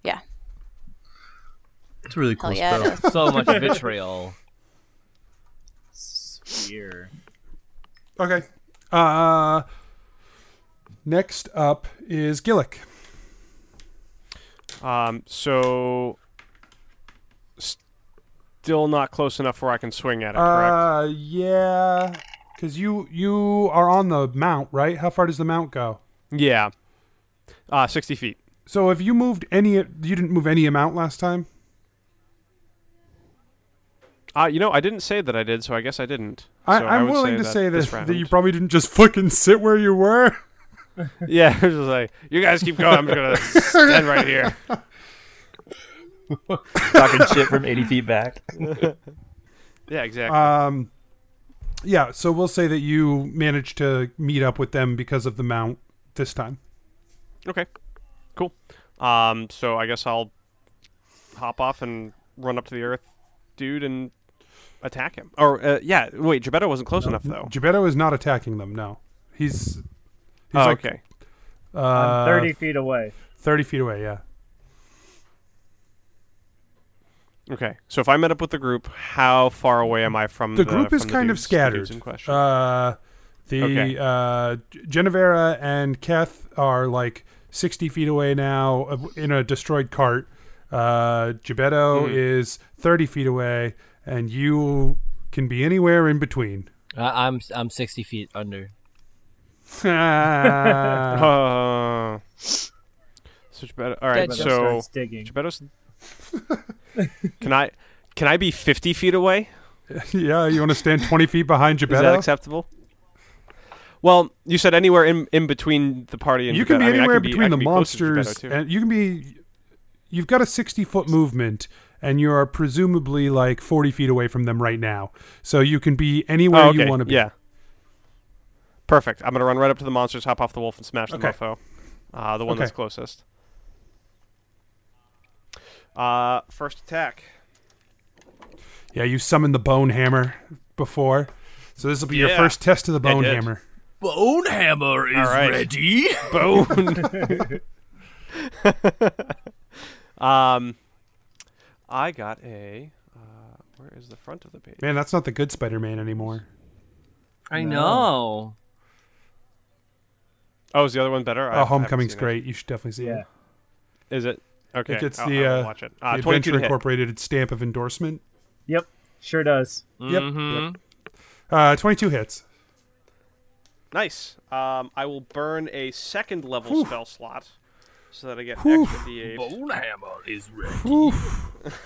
[SPEAKER 5] Yeah.
[SPEAKER 9] It's really
[SPEAKER 5] Hell yeah, it is.
[SPEAKER 11] So much vitriol.
[SPEAKER 8] Sphere.
[SPEAKER 1] Okay. Uh, next up is Gillick.
[SPEAKER 10] Um. So. Still not close enough where I can swing at it. Correct.
[SPEAKER 1] Uh, yeah, because you you are on the mount, right? How far does the mount go?
[SPEAKER 10] yeah. Uh, sixty feet.
[SPEAKER 1] So if you moved any, you didn't move any amount last time.
[SPEAKER 10] Uh, you know, I didn't say that I did, so I guess I didn't.
[SPEAKER 3] I,
[SPEAKER 10] So
[SPEAKER 3] I'm
[SPEAKER 10] would
[SPEAKER 3] willing to say
[SPEAKER 10] this
[SPEAKER 3] that,
[SPEAKER 10] round-
[SPEAKER 3] that you probably didn't just fucking sit where you were.
[SPEAKER 10] yeah, it was just like you guys keep going. I'm just gonna stand right here.
[SPEAKER 9] Talking shit from 80 feet back.
[SPEAKER 10] yeah, exactly.
[SPEAKER 3] Um, yeah, so we'll say that you managed to meet up with them because of the mount this time.
[SPEAKER 10] Okay, cool. Um, so I guess I'll hop off and run up to the earth, dude, and attack him. Or uh, yeah, wait, Gebetto wasn't close enough though.
[SPEAKER 3] Gebetto is not attacking them. No, he's he's
[SPEAKER 10] Oh,
[SPEAKER 3] like,
[SPEAKER 10] okay.
[SPEAKER 3] Uh,
[SPEAKER 8] I'm 30 feet away.
[SPEAKER 3] Thirty feet away. Yeah.
[SPEAKER 10] Okay, so if I met up with the group, how far away am I from
[SPEAKER 3] the
[SPEAKER 10] the,
[SPEAKER 3] group is
[SPEAKER 10] from the
[SPEAKER 3] kind of
[SPEAKER 10] dudes- the dudes
[SPEAKER 3] scattered.
[SPEAKER 10] in question?
[SPEAKER 3] Uh, the
[SPEAKER 10] Okay.
[SPEAKER 3] uh, G- Genevera and Keth are like sixty feet away now uh, in a destroyed cart. Uh, Gebetto
[SPEAKER 10] Hmm.
[SPEAKER 12] Mhm.
[SPEAKER 3] is thirty feet away, and you can be anywhere in between.
[SPEAKER 12] I, I'm I'm 60 feet under.
[SPEAKER 10] Uh, so Gebetto, all right,
[SPEAKER 12] Dead joke.
[SPEAKER 10] so
[SPEAKER 12] Starts digging.
[SPEAKER 10] Gebetto's- can I can I be fifty feet away?
[SPEAKER 3] yeah, you want to stand twenty feet behind Gebetto?
[SPEAKER 10] Is that acceptable? Well, you said anywhere in, in between the party and
[SPEAKER 3] you can
[SPEAKER 10] Gebetto.
[SPEAKER 3] be
[SPEAKER 10] I mean, I
[SPEAKER 3] anywhere
[SPEAKER 10] can I
[SPEAKER 3] between
[SPEAKER 10] can
[SPEAKER 3] the
[SPEAKER 10] be close to Gebetto,
[SPEAKER 3] monsters,
[SPEAKER 10] too.
[SPEAKER 3] and you can be. You've got a sixty-foot movement, and you are presumably like forty feet away from them right now. So you can be anywhere
[SPEAKER 10] Oh, okay.
[SPEAKER 3] you want to be.
[SPEAKER 10] Yeah. Perfect. I'm gonna run right up to the monsters, hop off the wolf, and smash
[SPEAKER 3] Okay.
[SPEAKER 10] the mofo. Uh, the one
[SPEAKER 3] Okay.
[SPEAKER 10] that's closest. Uh, first attack.
[SPEAKER 3] Yeah, you summoned the bone hammer before, so this will be your
[SPEAKER 10] Yeah.
[SPEAKER 3] first test of the
[SPEAKER 10] I
[SPEAKER 3] bone
[SPEAKER 10] did.
[SPEAKER 3] hammer.
[SPEAKER 14] Bone hammer is
[SPEAKER 10] All right.
[SPEAKER 14] ready.
[SPEAKER 10] Bone. um, I got a. Uh, where is the front of the page?
[SPEAKER 3] Man, that's not the good Spider-Man anymore.
[SPEAKER 12] I
[SPEAKER 10] No.
[SPEAKER 12] know.
[SPEAKER 10] Oh, is the other one better? I- I
[SPEAKER 3] oh,
[SPEAKER 10] haven't
[SPEAKER 3] Homecoming's
[SPEAKER 10] seen
[SPEAKER 3] great. You should definitely see it.
[SPEAKER 10] It. Is it? Okay.
[SPEAKER 3] It gets
[SPEAKER 10] I'll-
[SPEAKER 3] the,
[SPEAKER 10] I will
[SPEAKER 3] uh,
[SPEAKER 10] watch it. Uh,
[SPEAKER 3] the
[SPEAKER 10] 22
[SPEAKER 3] Adventure
[SPEAKER 10] to hit.
[SPEAKER 3] Incorporated stamp of endorsement.
[SPEAKER 8] Yep, sure does.
[SPEAKER 3] Yep.
[SPEAKER 10] Mm-hmm.
[SPEAKER 3] Uh, Twenty-two hits.
[SPEAKER 10] Nice. Um, I will burn a second level spell slot so that I get
[SPEAKER 14] Whew.
[SPEAKER 10] extra d8.
[SPEAKER 14] Bone hammer is ready.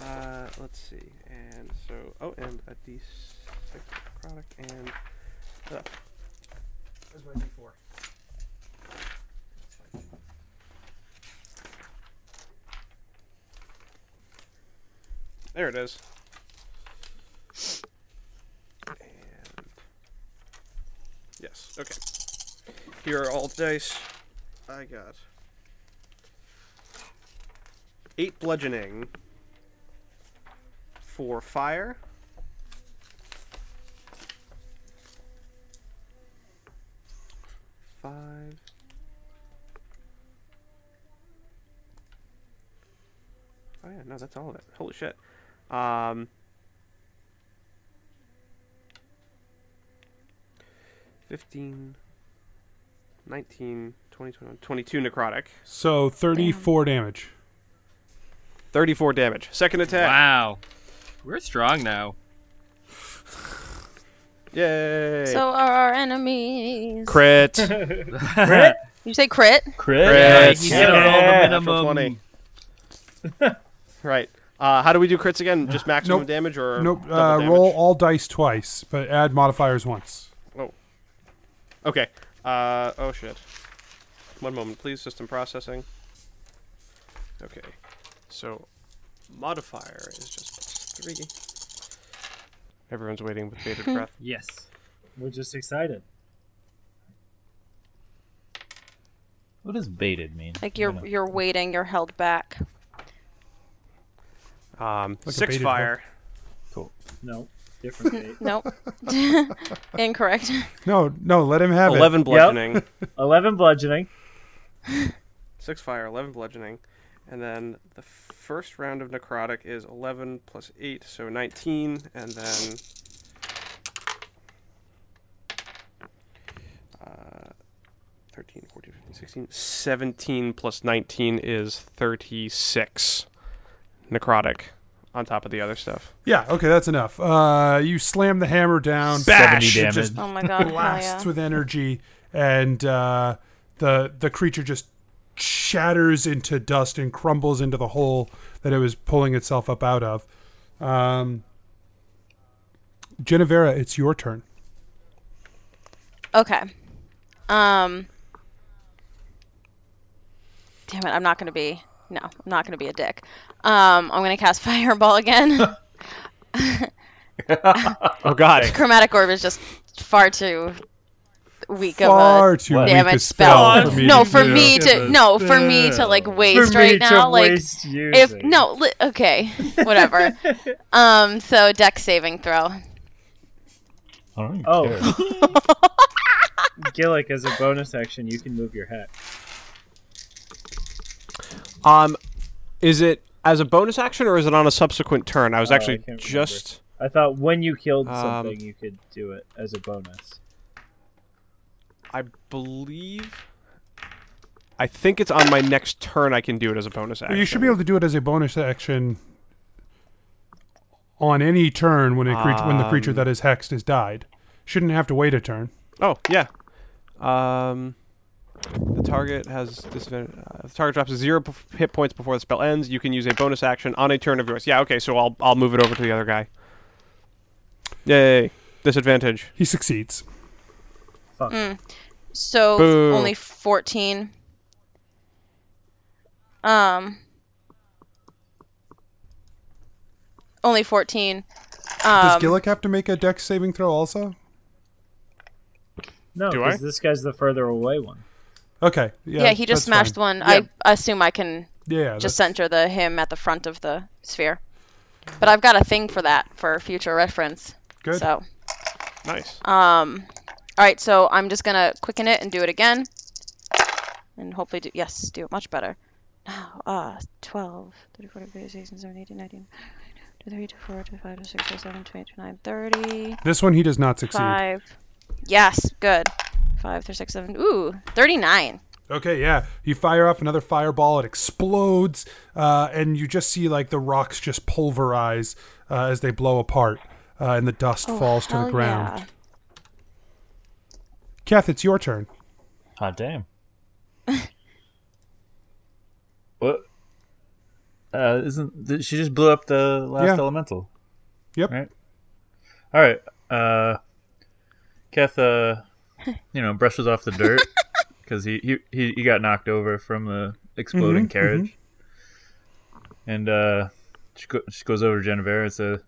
[SPEAKER 10] uh, let's see. And so, oh, and a d6 product and. Uh, Where's my d4? There it is. Yes. Okay. Here are all dice. I got eight bludgeoning for fire. Five. Oh yeah, no, that's all of it. Holy shit. Um. Fifteen. 19, 20, 21, 22 necrotic.
[SPEAKER 3] So thirty-four damage.
[SPEAKER 10] 34 damage. Second attack.
[SPEAKER 12] Wow. We're strong now.
[SPEAKER 10] Yay.
[SPEAKER 5] So are our enemies.
[SPEAKER 10] Crit.
[SPEAKER 5] crit. You say crit?
[SPEAKER 10] Crit.
[SPEAKER 12] Crit. You get a roll the
[SPEAKER 10] Natural
[SPEAKER 12] minimum.
[SPEAKER 10] 20. right. Uh, how do we do crits again? Just maximum
[SPEAKER 3] Nope.
[SPEAKER 10] damage or
[SPEAKER 3] Nope.
[SPEAKER 10] double
[SPEAKER 3] Uh,
[SPEAKER 10] damage?
[SPEAKER 3] roll all dice twice, but add modifiers once.
[SPEAKER 10] Oh. Okay. Uh, oh shit. One moment, please. System processing. Okay. So, modifier is just three. Everyone's waiting with bated breath.
[SPEAKER 8] Yes. We're just excited.
[SPEAKER 14] What does baited mean?
[SPEAKER 5] Like you're you're waiting, you're held back.
[SPEAKER 10] Um,
[SPEAKER 14] Like a
[SPEAKER 10] six
[SPEAKER 14] baited
[SPEAKER 10] fire.
[SPEAKER 14] Cool.
[SPEAKER 8] No, different date.
[SPEAKER 5] Nope. Incorrect.
[SPEAKER 3] No, no, let him have
[SPEAKER 10] Eleven
[SPEAKER 3] it.
[SPEAKER 10] bludgeoning.
[SPEAKER 8] Eleven bludgeoning.
[SPEAKER 10] Six fire, eleven bludgeoning, and then the first round of necrotic is eleven plus eight, so nineteen, and then. Uh, 13, 14, 15, 16, 17 plus 19 is 36 necrotic on top of the other stuff.
[SPEAKER 3] Yeah, okay, that's enough. Uh, you slam the hammer down.
[SPEAKER 10] 70
[SPEAKER 3] It
[SPEAKER 10] damage.
[SPEAKER 3] just
[SPEAKER 10] Oh my God, hell
[SPEAKER 3] blasts
[SPEAKER 10] yeah.
[SPEAKER 3] with energy, and uh, the the creature just shatters into dust and crumbles into the hole that it was pulling itself up out of. Um, Genevera, it's your turn.
[SPEAKER 5] Okay. Um. Damn it! I'm not gonna be. No, I'm not gonna be a dick. Um, I'm gonna cast fireball again.
[SPEAKER 10] oh God!
[SPEAKER 5] Chromatic orb is just far too weak of
[SPEAKER 3] Far
[SPEAKER 5] a
[SPEAKER 3] too weak
[SPEAKER 5] damage
[SPEAKER 3] a
[SPEAKER 5] spell.
[SPEAKER 3] spell for me
[SPEAKER 5] no,
[SPEAKER 3] to
[SPEAKER 5] for
[SPEAKER 3] do.
[SPEAKER 5] me
[SPEAKER 3] Give
[SPEAKER 5] to
[SPEAKER 3] a
[SPEAKER 5] no, for me to
[SPEAKER 3] spell.
[SPEAKER 5] like waste
[SPEAKER 8] For me
[SPEAKER 5] right
[SPEAKER 8] to
[SPEAKER 5] now. Like
[SPEAKER 8] waste
[SPEAKER 5] if no, li- okay, whatever. um, so deck saving throw.
[SPEAKER 8] Oh. Gillick, as a bonus action, you can move your hat.
[SPEAKER 10] Um, is it as a bonus action or is it on a subsequent turn? I was
[SPEAKER 8] Oh, I
[SPEAKER 10] actually
[SPEAKER 8] can't remember.
[SPEAKER 10] just
[SPEAKER 8] I thought when you killed
[SPEAKER 10] Um,
[SPEAKER 8] something, you could do it as a bonus.
[SPEAKER 10] I believe. I think it's on my next turn. I can do it as a bonus action.
[SPEAKER 3] You should be able to do it as a bonus action on any turn when a creature when the creature
[SPEAKER 10] Um,
[SPEAKER 3] that is hexed is died. Shouldn't have to wait a turn.
[SPEAKER 10] Oh yeah. Um, the target has disadvantage. Uh, if the target drops to zero p- hit points before the spell ends. You can use a bonus action on a turn of yours. Yeah. Okay. So I'll I'll move it over to the other guy. Yay! Disadvantage.
[SPEAKER 3] He succeeds.
[SPEAKER 10] Fuck.
[SPEAKER 5] Mm. So
[SPEAKER 10] Boo.
[SPEAKER 5] only 14. Um only 14. Um,
[SPEAKER 3] Does Gillick have to make a dex saving throw also?
[SPEAKER 8] No,
[SPEAKER 3] Do
[SPEAKER 8] because
[SPEAKER 3] I?
[SPEAKER 8] this guy's the further away one.
[SPEAKER 3] Okay.
[SPEAKER 5] yeah,
[SPEAKER 3] Yeah,
[SPEAKER 5] he just
[SPEAKER 3] that's
[SPEAKER 5] smashed
[SPEAKER 3] fine.
[SPEAKER 5] one. I assume I can
[SPEAKER 3] Yeah,
[SPEAKER 5] just
[SPEAKER 3] that's-
[SPEAKER 5] center the him at the front of the sphere. But I've got a thing for that for future reference.
[SPEAKER 10] Good.
[SPEAKER 5] So,
[SPEAKER 10] Nice.
[SPEAKER 5] um all right, so I'm just going to quicken it and do it again. And hopefully do yes, do it much better. Now, uh 12 30, 40, 50, 16, 17, 18, 19, 23, 24, 25, 26, 27, 28, 29, 30.
[SPEAKER 3] This one he does not succeed.
[SPEAKER 5] Five. Yes, good. Five, three, six, seven. Ooh, 39.
[SPEAKER 3] Okay, yeah. You fire off another fireball, it explodes, uh, and you just see like the rocks just pulverize uh, as they blow apart, uh, and the dust
[SPEAKER 5] Oh,
[SPEAKER 3] falls to the
[SPEAKER 5] hell
[SPEAKER 3] ground.
[SPEAKER 5] yeah.
[SPEAKER 3] Keth, it's your turn.
[SPEAKER 14] Hot damn. what? Uh, isn't th- she just blew up the last
[SPEAKER 3] Yeah.
[SPEAKER 14] elemental?
[SPEAKER 3] Yep.
[SPEAKER 14] Right. All right. Uh, Keth, uh, you know, brushes off the dirt because he, he he he got knocked over from the exploding
[SPEAKER 3] Mm-hmm,
[SPEAKER 6] Mhm,
[SPEAKER 14] carriage, and uh, she, go- she goes over to Genevera and says,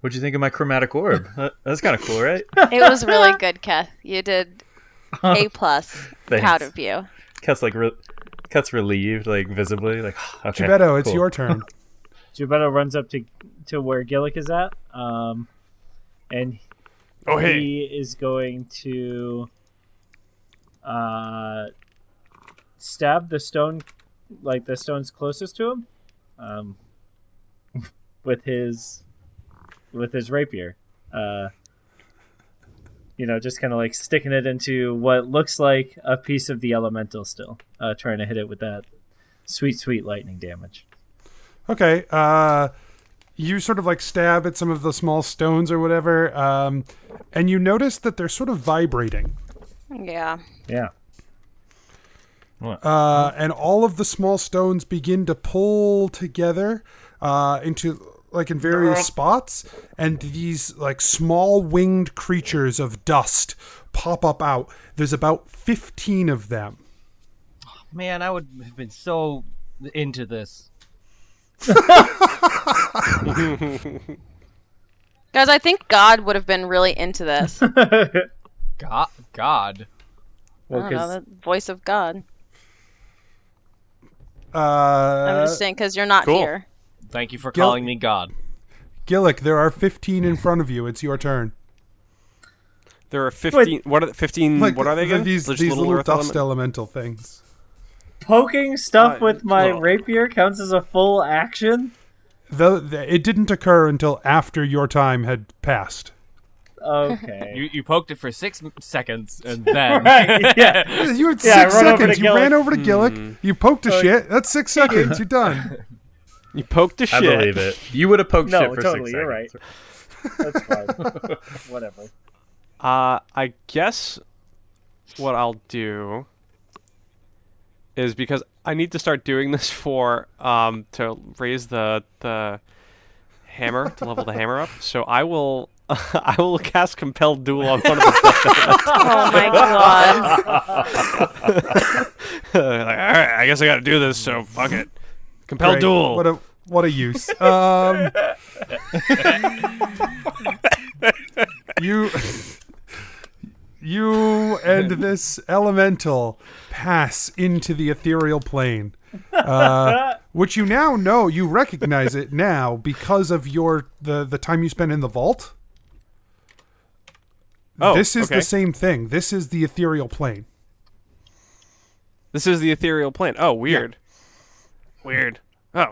[SPEAKER 14] "What'd you think of my chromatic orb? That- that's kind of cool, right?"
[SPEAKER 5] It was really good, Keth. You did A plus.
[SPEAKER 14] Thanks.
[SPEAKER 5] Proud of you.
[SPEAKER 14] Keth's like re- Keth's relieved, like visibly, like okay.
[SPEAKER 3] Gebetto, it's
[SPEAKER 14] cool."
[SPEAKER 3] your turn.
[SPEAKER 8] Gebetto runs up to to where Gillick is at, um, and
[SPEAKER 15] Oh, hey.
[SPEAKER 8] he is going to uh, stab the stone, like the stones closest to him, um, with his with his rapier. Uh, you know, just kind of like sticking it into what looks like a piece of the elemental still, uh, trying to hit it with that sweet, sweet lightning damage.
[SPEAKER 3] Okay. Uh, you sort of like stab at some of the small stones or whatever, um, and you notice that they're sort of vibrating.
[SPEAKER 5] Yeah.
[SPEAKER 8] Yeah.
[SPEAKER 3] Uh, and all of the small stones begin to pull together uh, into like in various spots, and these like small winged creatures of dust pop up out. There's about fifteen of them.
[SPEAKER 11] Man, I would have been so into this.
[SPEAKER 5] Guys, I think God would have been really into this.
[SPEAKER 11] God, God.
[SPEAKER 5] I don't know, the voice of God.
[SPEAKER 3] Uh,
[SPEAKER 5] I'm just saying, because you're not
[SPEAKER 3] cool.
[SPEAKER 5] here.
[SPEAKER 11] Thank you for
[SPEAKER 3] Gil-
[SPEAKER 11] calling me God.
[SPEAKER 3] Gillick, there are fifteen in front of you. It's your turn.
[SPEAKER 10] There are fifteen. What are the- fifteen?
[SPEAKER 3] Like,
[SPEAKER 10] Hmm, what are they
[SPEAKER 3] they're
[SPEAKER 10] again?
[SPEAKER 3] These,
[SPEAKER 10] Just
[SPEAKER 3] these little,
[SPEAKER 10] earth
[SPEAKER 3] dust
[SPEAKER 10] element-
[SPEAKER 3] elemental things.
[SPEAKER 8] Poking stuff with my
[SPEAKER 10] well-
[SPEAKER 8] rapier counts as a full action.
[SPEAKER 3] Though th- it didn't occur until after your time had passed.
[SPEAKER 8] Okay.
[SPEAKER 11] You, you poked it for six m- seconds and then.
[SPEAKER 8] Right, yeah.
[SPEAKER 3] You had
[SPEAKER 8] Yeah, I
[SPEAKER 3] six
[SPEAKER 8] run over to
[SPEAKER 3] seconds. You ran
[SPEAKER 8] Gillick. Oh,
[SPEAKER 3] over to Gillick.
[SPEAKER 14] Mm.
[SPEAKER 3] You poked a
[SPEAKER 14] Like-
[SPEAKER 3] shit. That's six seconds. You're done.
[SPEAKER 10] You poked the
[SPEAKER 14] I
[SPEAKER 10] shit.
[SPEAKER 14] believe it. You would have poked
[SPEAKER 8] No,
[SPEAKER 14] shit for
[SPEAKER 8] totally.
[SPEAKER 14] six
[SPEAKER 8] You're right.
[SPEAKER 14] seconds.
[SPEAKER 8] That's fine. Whatever.
[SPEAKER 10] Uh, I guess what I'll do is because I need to start doing this for um, to raise the the hammer to level the hammer up. So I will I will cast compelled duel on one of the.
[SPEAKER 5] Oh my god.
[SPEAKER 15] like, all right, I guess I got to do this. So fuck it. Compel
[SPEAKER 3] Great.
[SPEAKER 15] duel.
[SPEAKER 3] What a what a use. Um, you you and this elemental pass into the ethereal plane, uh, which you now know you recognize it now because of your the the time you spent in the vault.
[SPEAKER 10] Oh,
[SPEAKER 3] this is
[SPEAKER 10] okay.
[SPEAKER 3] the same thing. This is the ethereal plane.
[SPEAKER 10] This is the ethereal plane. Oh, weird. Weird. Oh.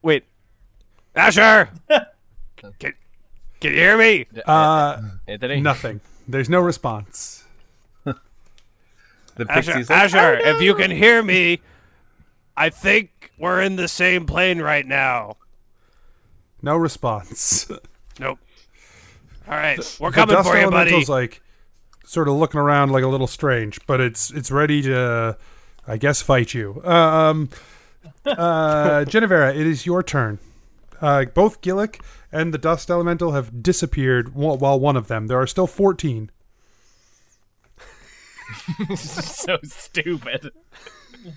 [SPEAKER 10] Wait.
[SPEAKER 15] Asher! can, can you hear me?
[SPEAKER 3] Uh,
[SPEAKER 12] Anthony?
[SPEAKER 3] nothing. There's no response.
[SPEAKER 14] The
[SPEAKER 15] Asher, Asher if you can hear me, I think we're in the same plane right now.
[SPEAKER 3] No response.
[SPEAKER 15] Nope. All right, we're
[SPEAKER 3] The
[SPEAKER 15] coming
[SPEAKER 3] dust
[SPEAKER 15] for you, buddy.
[SPEAKER 3] elemental's like sort of looking around like a little strange, but it's it's ready to, I guess, fight you. Um, uh, Genevera, it is your turn. Uh, both Gillick and the dust elemental have disappeared. wa- While one of them, there are still fourteen.
[SPEAKER 11] so stupid.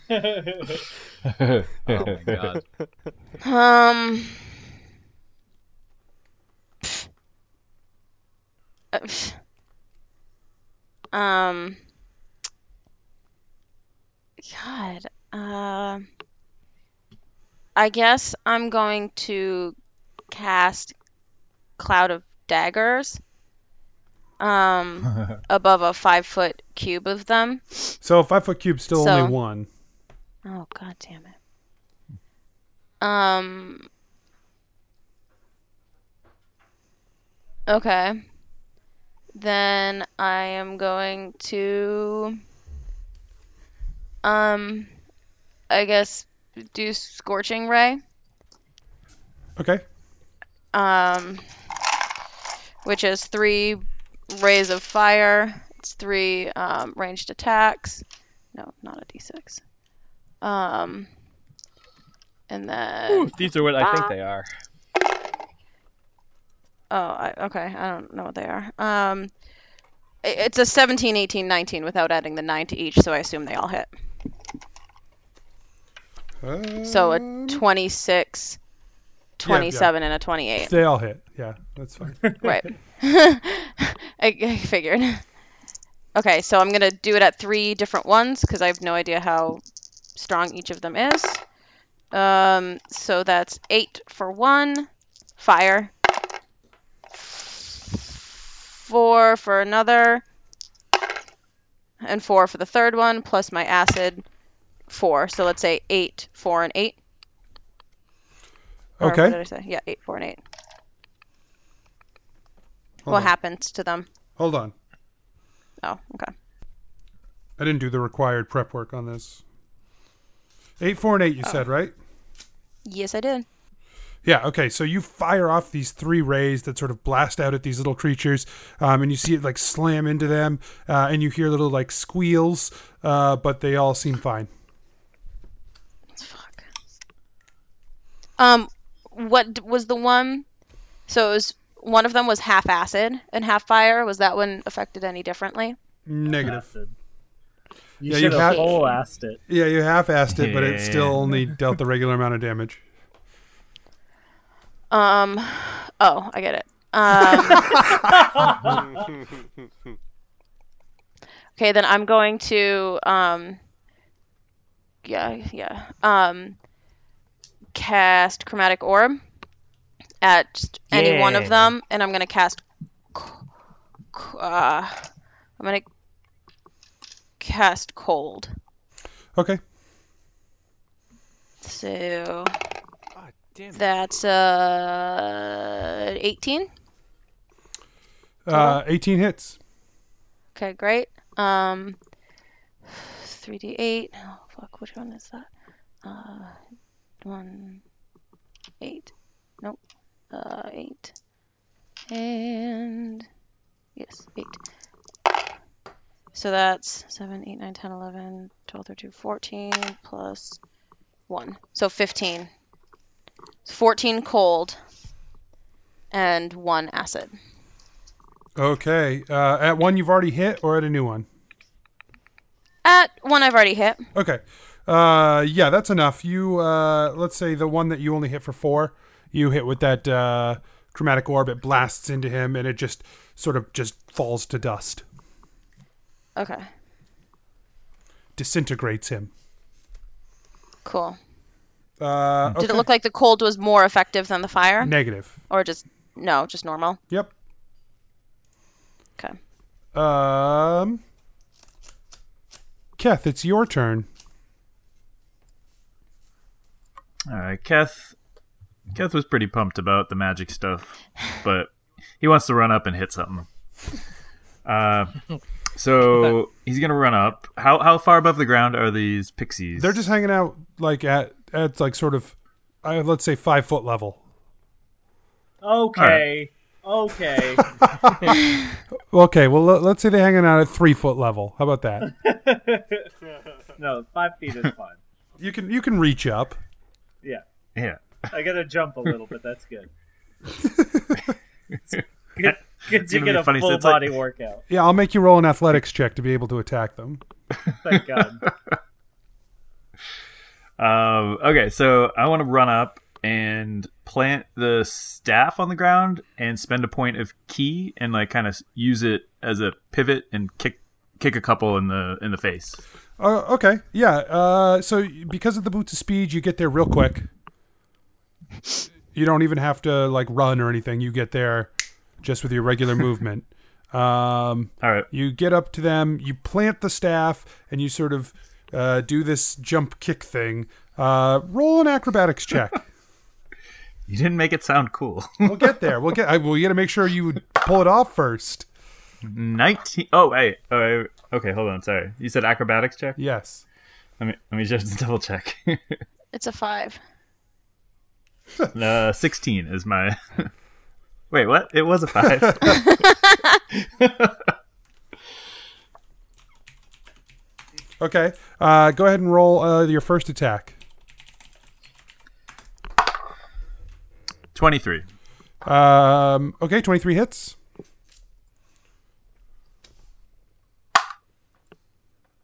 [SPEAKER 12] oh my god.
[SPEAKER 5] Um. uh, Um. God. Uh, I guess I'm going to cast Cloud of Daggers. Um, above a five foot cube of them.
[SPEAKER 3] So five foot cube, still
[SPEAKER 5] So-
[SPEAKER 3] only one.
[SPEAKER 5] Oh god damn it. Um Okay. Then I am going to um I guess do scorching ray.
[SPEAKER 3] Okay.
[SPEAKER 5] Um which is three rays of fire. It's three um, ranged attacks. No, not a d6. Um, and then
[SPEAKER 12] These are what I think they are.
[SPEAKER 5] Oh, I, okay. I don't know what they are. Um, i- it's a 17, 18, 19 without adding the 9 to each, so I assume they all hit. So a 26, 27, and a 28.
[SPEAKER 3] They all hit. Yeah, that's fine.
[SPEAKER 5] Right. I, I figured. Okay, so I'm going to do it at three different ones because I have no idea how strong each of them is. Um, so that's eight for one, fire. Four for another, and four for the third one, plus my acid, four. So let's say eight, four, and eight. Or what
[SPEAKER 3] Okay.
[SPEAKER 5] did I say? Yeah, eight, four, and eight.
[SPEAKER 3] Hold
[SPEAKER 5] what
[SPEAKER 3] on.
[SPEAKER 5] happens to them?
[SPEAKER 3] Hold on.
[SPEAKER 5] Oh, okay.
[SPEAKER 3] I didn't do the required prep work on this. Eight, four, and eight. You said right.
[SPEAKER 5] Yes, I did.
[SPEAKER 3] Yeah, okay. So you fire off these three rays that sort of blast out at these little creatures, um, and you see it like slam into them, uh, and you hear little like squeals, uh, but they all seem fine.
[SPEAKER 5] Um, what d- was the one? So it was one of them was half acid and half fire. Was that one affected any differently?
[SPEAKER 3] Negative.
[SPEAKER 8] You should have whole assed it.
[SPEAKER 3] Yeah, you half-assed it, but it still
[SPEAKER 8] Yeah.
[SPEAKER 3] only dealt the regular amount of damage.
[SPEAKER 5] Um, oh, I get it. Um, okay, then I'm going to um, yeah, yeah, um, cast chromatic orb at just any one of
[SPEAKER 16] Yeah.
[SPEAKER 5] them, and I'm gonna cast. c- c- Uh, I'm gonna cast cold.
[SPEAKER 3] Okay.
[SPEAKER 5] So that's uh 18.
[SPEAKER 3] Uh, 18 hits.
[SPEAKER 5] Okay, great. Um, 3d8. Oh, fuck, which one is that? Uh, 1, 8. Nope. Uh, 8. And. Yes, 8. So that's 7, 8, 9, 10, 11, 12, 13, 14 plus 1. So 15. 14 cold and 1 acid.
[SPEAKER 3] Okay. Uh, at one you've already hit, or at a new one?
[SPEAKER 5] At 1 I've already hit.
[SPEAKER 3] Okay. Uh, yeah, that's enough. You uh, let's say the one that you only hit for four, you hit with that uh, chromatic orb. It blasts into him, and it just sort of just falls to dust,
[SPEAKER 5] Okay,
[SPEAKER 3] disintegrates him.
[SPEAKER 5] cool.
[SPEAKER 3] Uh,
[SPEAKER 5] Did it
[SPEAKER 3] okay.
[SPEAKER 5] look like the cold was more effective than the fire?
[SPEAKER 3] Negative.
[SPEAKER 5] Or just no, just normal.
[SPEAKER 3] Yep.
[SPEAKER 5] Okay.
[SPEAKER 3] Um, Keth, it's your turn.
[SPEAKER 9] All right, Keth. Keth was pretty pumped about the magic stuff, but he wants to run up and hit something. Uh, so he's gonna run up. How how far above the ground are these pixies?
[SPEAKER 3] They're just hanging out like at at like sort of, uh, let's say five foot level.
[SPEAKER 8] Okay. Okay.
[SPEAKER 3] Okay, well let- let's say they're hanging out at three foot level. How about that?
[SPEAKER 8] no, five feet is fine.
[SPEAKER 3] you can you can reach up.
[SPEAKER 8] Yeah.
[SPEAKER 9] Yeah.
[SPEAKER 8] I gotta jump a little, but that's good. good, good
[SPEAKER 9] It's
[SPEAKER 8] to
[SPEAKER 9] gonna
[SPEAKER 8] get
[SPEAKER 9] be
[SPEAKER 8] a
[SPEAKER 9] funny, so
[SPEAKER 8] full
[SPEAKER 9] it's like-
[SPEAKER 8] body workout.
[SPEAKER 3] Yeah, I'll make you roll an athletics check to be able to attack them.
[SPEAKER 8] Thank God.
[SPEAKER 9] Um, okay, so I want to run up and plant the staff on the ground and spend a point of key and like kind of use it as a pivot and kick kick a couple in the in the face.
[SPEAKER 3] Uh, okay, yeah. Uh, so because of the boots of speed, you get there real quick. You don't even have to like run or anything. You get there just with your regular movement. Um,
[SPEAKER 9] All right.
[SPEAKER 3] You get up to them. You plant the staff, and you sort of uh, do this jump kick thing. Uh, roll an acrobatics check.
[SPEAKER 9] You didn't make it sound cool.
[SPEAKER 3] we'll get there. We'll get. I, we got to make sure you pull it off first.
[SPEAKER 9] Nineteen. Oh wait. Oh, wait. okay. Hold on. Sorry. You said acrobatics check.
[SPEAKER 3] Yes.
[SPEAKER 9] Let me let me just double check.
[SPEAKER 5] It's a five.
[SPEAKER 9] uh, Sixteen is my. wait. What? It was a five.
[SPEAKER 3] Okay. Uh, go ahead and roll uh, your first attack.
[SPEAKER 9] Twenty three.
[SPEAKER 3] Um, okay, 23 hits.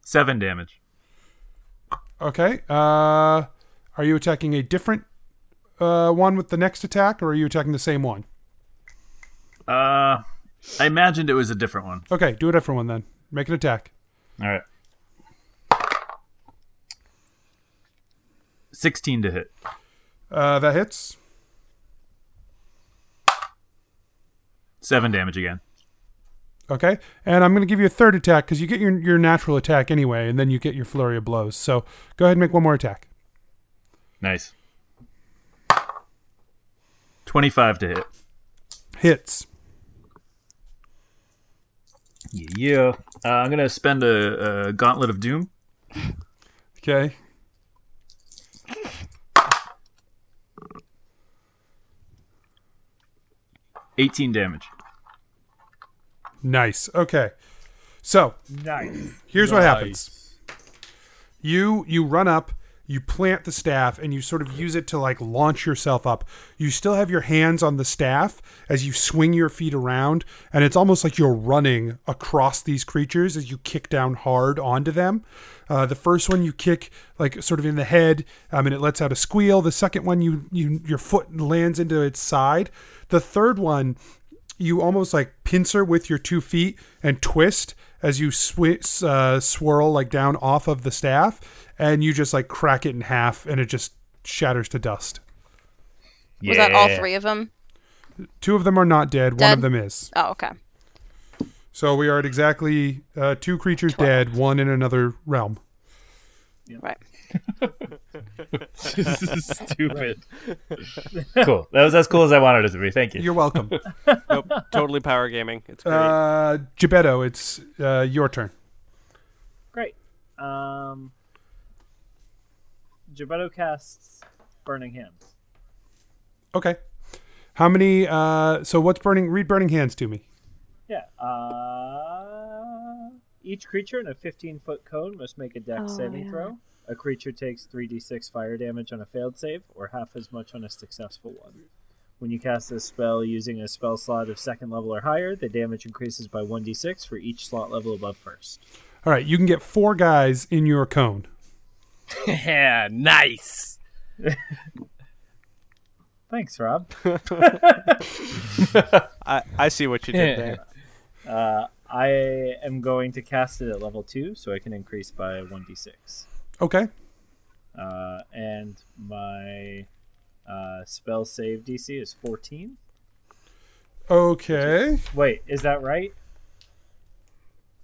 [SPEAKER 9] Seven damage.
[SPEAKER 3] Okay. Uh, are you attacking a different uh, one with the next attack, or are you attacking the same one?
[SPEAKER 9] Uh, I imagined it was a different one.
[SPEAKER 3] Okay, do a different one then. Make an attack.
[SPEAKER 9] All right. 16 to hit.
[SPEAKER 3] Uh, that hits.
[SPEAKER 9] 7 damage again.
[SPEAKER 3] Okay. And I'm going to give you a third attack because you get your, your natural attack anyway, and then you get your flurry of blows. So go ahead and make one more attack.
[SPEAKER 9] Nice. 25 to hit.
[SPEAKER 3] Hits.
[SPEAKER 9] Yeah. Uh, I'm going to spend a, a Gauntlet of Doom.
[SPEAKER 3] Okay.
[SPEAKER 9] Eighteen damage.
[SPEAKER 3] Nice. Okay. So
[SPEAKER 8] Nice.
[SPEAKER 3] Here's what happens. You you run up, you plant the staff, and you sort of use it to like launch yourself up. You still have your hands on the staff as you swing your feet around, and it's almost like you're running across these creatures as you kick down hard onto them. Uh, the first one you kick like sort of in the head, um, and it lets out a squeal. The second one you you your foot lands into its side. The third one you almost like pincer with your two feet and twist as you sw- uh, swirl like down off of the staff and you just like crack it in half and it just shatters to dust
[SPEAKER 5] Was that all three of them?
[SPEAKER 3] two of them are not dead, one of them is
[SPEAKER 5] Oh, okay.
[SPEAKER 3] so we are at exactly uh, two creatures dead one in another realm
[SPEAKER 5] Right.
[SPEAKER 9] this is stupid. cool. That was as cool as I wanted it to be. Thank you.
[SPEAKER 3] You're welcome.
[SPEAKER 10] nope, totally power gaming. It's great.
[SPEAKER 3] uh geppetto it's uh, your turn
[SPEAKER 8] Great. Um, Gebetto casts Burning Hands.
[SPEAKER 3] okay how many uh so what's burning read burning hands to me
[SPEAKER 8] Yeah. Uh, Each creature in a 15 foot cone must make a dex
[SPEAKER 5] Oh,
[SPEAKER 8] saving
[SPEAKER 5] yeah.
[SPEAKER 8] throw. A creature takes 3d6 fire damage on a failed save, or half as much on a successful one. When you cast this spell using a spell slot of second level or higher, the damage increases by 1d6 for each slot level above first.
[SPEAKER 3] All right, you can get four guys in your cone.
[SPEAKER 11] Yeah, nice.
[SPEAKER 8] Thanks, Rob.
[SPEAKER 10] I, I see what you did there.
[SPEAKER 8] Uh, I am going to cast it at level 2, so I can increase by 1d6.
[SPEAKER 3] Okay.
[SPEAKER 8] Uh, and my uh, spell save DC is 14.
[SPEAKER 3] Okay.
[SPEAKER 8] Wait, is that right?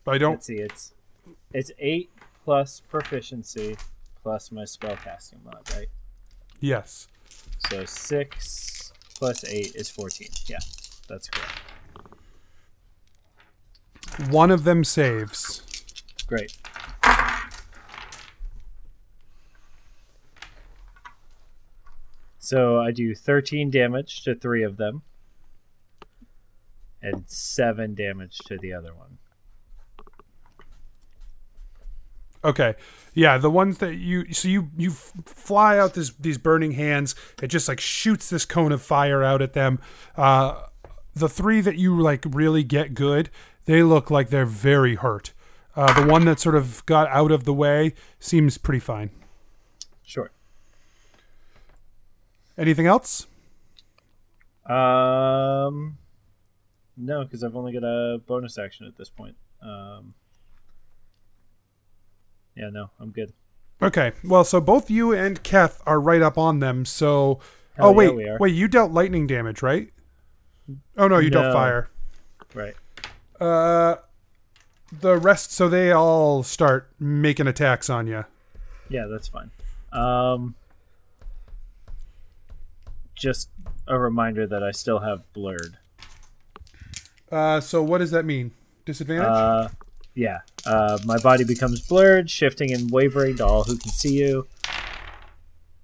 [SPEAKER 3] I don't.
[SPEAKER 8] Let's see. It's it's eight plus proficiency plus my spellcasting mod, right?
[SPEAKER 3] Yes.
[SPEAKER 8] So six plus eight is fourteen. Yeah, that's correct.
[SPEAKER 3] One of them saves.
[SPEAKER 8] Great. So I do thirteen damage to three of them, and seven damage to the other one.
[SPEAKER 3] Okay. Yeah, the ones that you so you you f- fly out this these burning hands. It just like shoots this cone of fire out at them. Uh, the three that you like really get good, they look like they're very hurt. Uh, the one that sort of got out of the way seems pretty fine.
[SPEAKER 8] Sure.
[SPEAKER 3] Anything else?
[SPEAKER 8] Um, no, because I've only got a bonus action at this point. Um, yeah, no, I'm good.
[SPEAKER 3] Okay. Well, so both you and Keth are right up on them. So, oh
[SPEAKER 8] Hell yeah,
[SPEAKER 3] wait,
[SPEAKER 8] we are.
[SPEAKER 3] wait, you dealt lightning damage, right? Oh no, you
[SPEAKER 8] No.
[SPEAKER 3] dealt fire.
[SPEAKER 8] Right.
[SPEAKER 3] Uh, the rest. So they all start making attacks on you.
[SPEAKER 8] Yeah, that's fine. Um, just a reminder that I still have blurred.
[SPEAKER 3] Uh, so what does that mean? Disadvantage.
[SPEAKER 8] Uh, yeah. Uh, my body becomes blurred, shifting and wavering to all who can see you.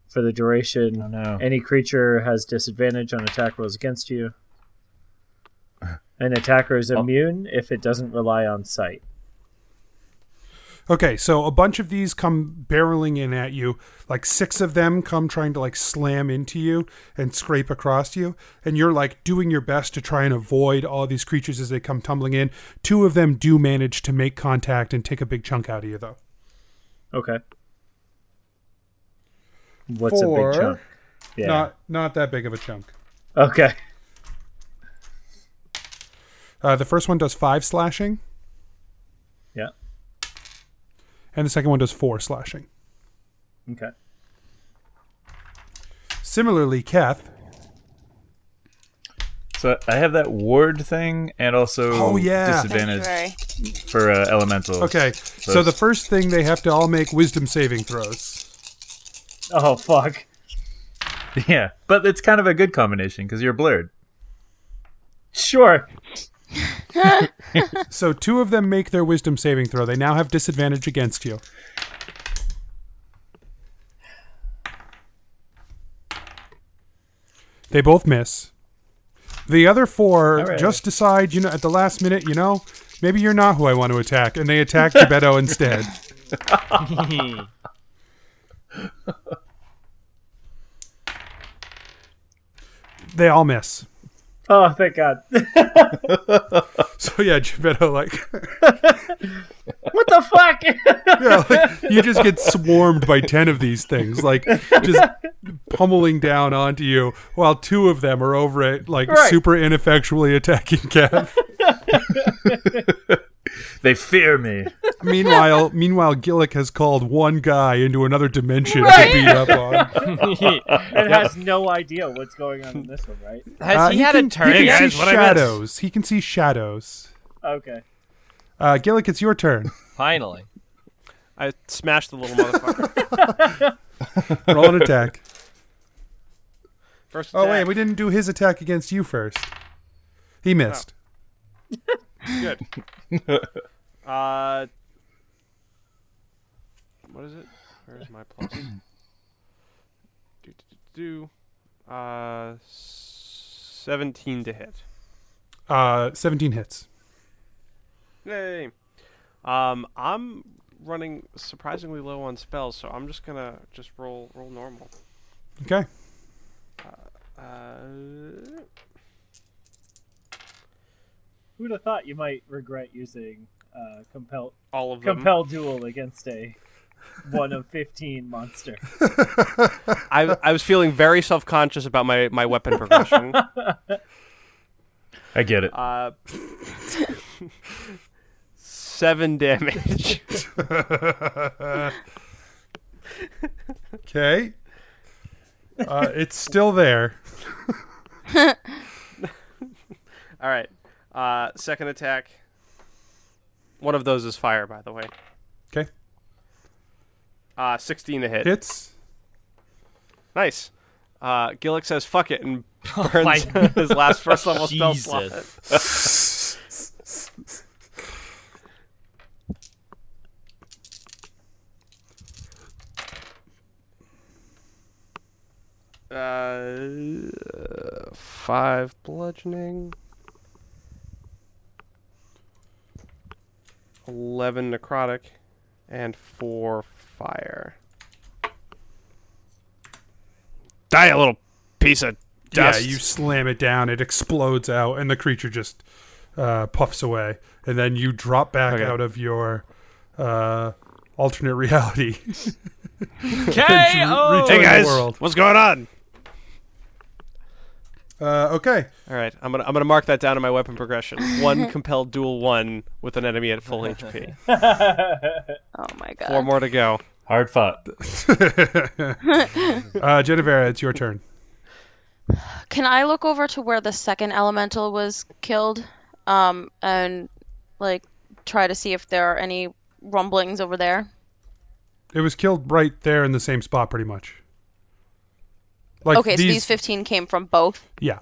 [SPEAKER 8] For the duration,
[SPEAKER 3] Oh,
[SPEAKER 8] any creature has disadvantage on attack rolls against you. An attacker
[SPEAKER 3] Oh.
[SPEAKER 8] is immune if it doesn't rely on sight.
[SPEAKER 3] Okay, so a bunch of these come barreling in at you. Like six of them come trying to like slam into you and scrape across you, and you're like doing your best to try and avoid all these creatures as they come tumbling in. Two of them do manage to make contact and take a big chunk out of you though.
[SPEAKER 8] Okay. What's a
[SPEAKER 3] Four.
[SPEAKER 8] big chunk? Yeah.
[SPEAKER 3] Not not that big of a chunk.
[SPEAKER 8] Okay.
[SPEAKER 3] Uh, the first one does five slashing,
[SPEAKER 8] Yeah.
[SPEAKER 3] and the second one does four slashing.
[SPEAKER 8] Okay.
[SPEAKER 3] Similarly, Keth.
[SPEAKER 9] So I have that ward thing and also
[SPEAKER 3] Oh, yeah.
[SPEAKER 9] disadvantage for uh, elemental.
[SPEAKER 3] Okay, so the first thing they have to all make wisdom saving throws.
[SPEAKER 8] Oh fuck.
[SPEAKER 9] yeah, but it's kind of a good combination because you're blurred.
[SPEAKER 8] Sure.
[SPEAKER 3] so two of them make their wisdom saving throw. They now have disadvantage against you. They both miss. The other four
[SPEAKER 1] All right.
[SPEAKER 3] just decide, you know, at the last minute, you know, maybe you're not who I want to attack, and they attack Gebetto instead. They all miss.
[SPEAKER 8] Oh, thank God.
[SPEAKER 3] So yeah, Gebetto like
[SPEAKER 8] what the fuck?
[SPEAKER 3] Yeah, like, you just get swarmed by 10 of these things like just pummeling down onto you while two of them are over it like
[SPEAKER 9] Right.
[SPEAKER 3] super ineffectually attacking Kev.
[SPEAKER 9] They fear me.
[SPEAKER 3] meanwhile, meanwhile Gillick has called one guy into another dimension to beat up on.
[SPEAKER 8] and has no idea what's going on in this one, right?
[SPEAKER 3] Uh, can- He can see shadows. He can see shadows.
[SPEAKER 8] Okay.
[SPEAKER 3] Uh, Gillick, it's your turn.
[SPEAKER 10] Finally. I smashed the little motherfucker.
[SPEAKER 3] Roll an attack.
[SPEAKER 10] First
[SPEAKER 3] Oh wait,
[SPEAKER 10] attack.
[SPEAKER 3] we didn't do his attack against you first. He missed.
[SPEAKER 10] Good. Uh, what is it? Where's my plus? do, do, do, do. Uh, 17 to hit. Oh.
[SPEAKER 3] Uh, 17 hits.
[SPEAKER 10] Yay. Um, I'm running surprisingly low on spells, so I'm just gonna just roll roll normal.
[SPEAKER 3] Okay.
[SPEAKER 10] Uh,
[SPEAKER 8] Who'd have thought you might regret using uh, compel
[SPEAKER 10] All of them.
[SPEAKER 8] compel duel against a one of fifteen monster?
[SPEAKER 10] I I was feeling very self conscious about my my weapon progression.
[SPEAKER 14] I get it.
[SPEAKER 10] Uh, seven damage.
[SPEAKER 3] Okay. Uh, it's still there.
[SPEAKER 10] All right. Uh, second attack. One of those is fire, by the way.
[SPEAKER 3] 'Kay.
[SPEAKER 10] Uh, 16 to hit.
[SPEAKER 3] Hits.
[SPEAKER 10] Nice. Uh, Gillick says, fuck it, and
[SPEAKER 3] my
[SPEAKER 10] burns his last first level spell slot. Uh, five bludgeoning. Eleven necrotic, and four fire.
[SPEAKER 15] Die, a little piece of dust.
[SPEAKER 3] Yeah, you slam it down, it explodes out, and the creature just uh, puffs away. And then you drop back
[SPEAKER 10] Okay.
[SPEAKER 3] out of your uh, alternate reality.
[SPEAKER 15] K.O. Hey, guys, what's going on?
[SPEAKER 3] Uh, okay.
[SPEAKER 10] All right, I'm gonna I'm gonna mark that down in my weapon progression. One compelled duel one with an enemy at full HP.
[SPEAKER 5] oh my god.
[SPEAKER 10] Four more to go.
[SPEAKER 14] Hard fought.
[SPEAKER 3] uh, Genevera, it's your turn.
[SPEAKER 5] Can I look over to where the second elemental was killed, um, and like try to see if there are any rumblings over there?
[SPEAKER 3] It was killed right there in the same spot, pretty much. Like
[SPEAKER 5] okay, so these 15 came from both.
[SPEAKER 3] Yeah.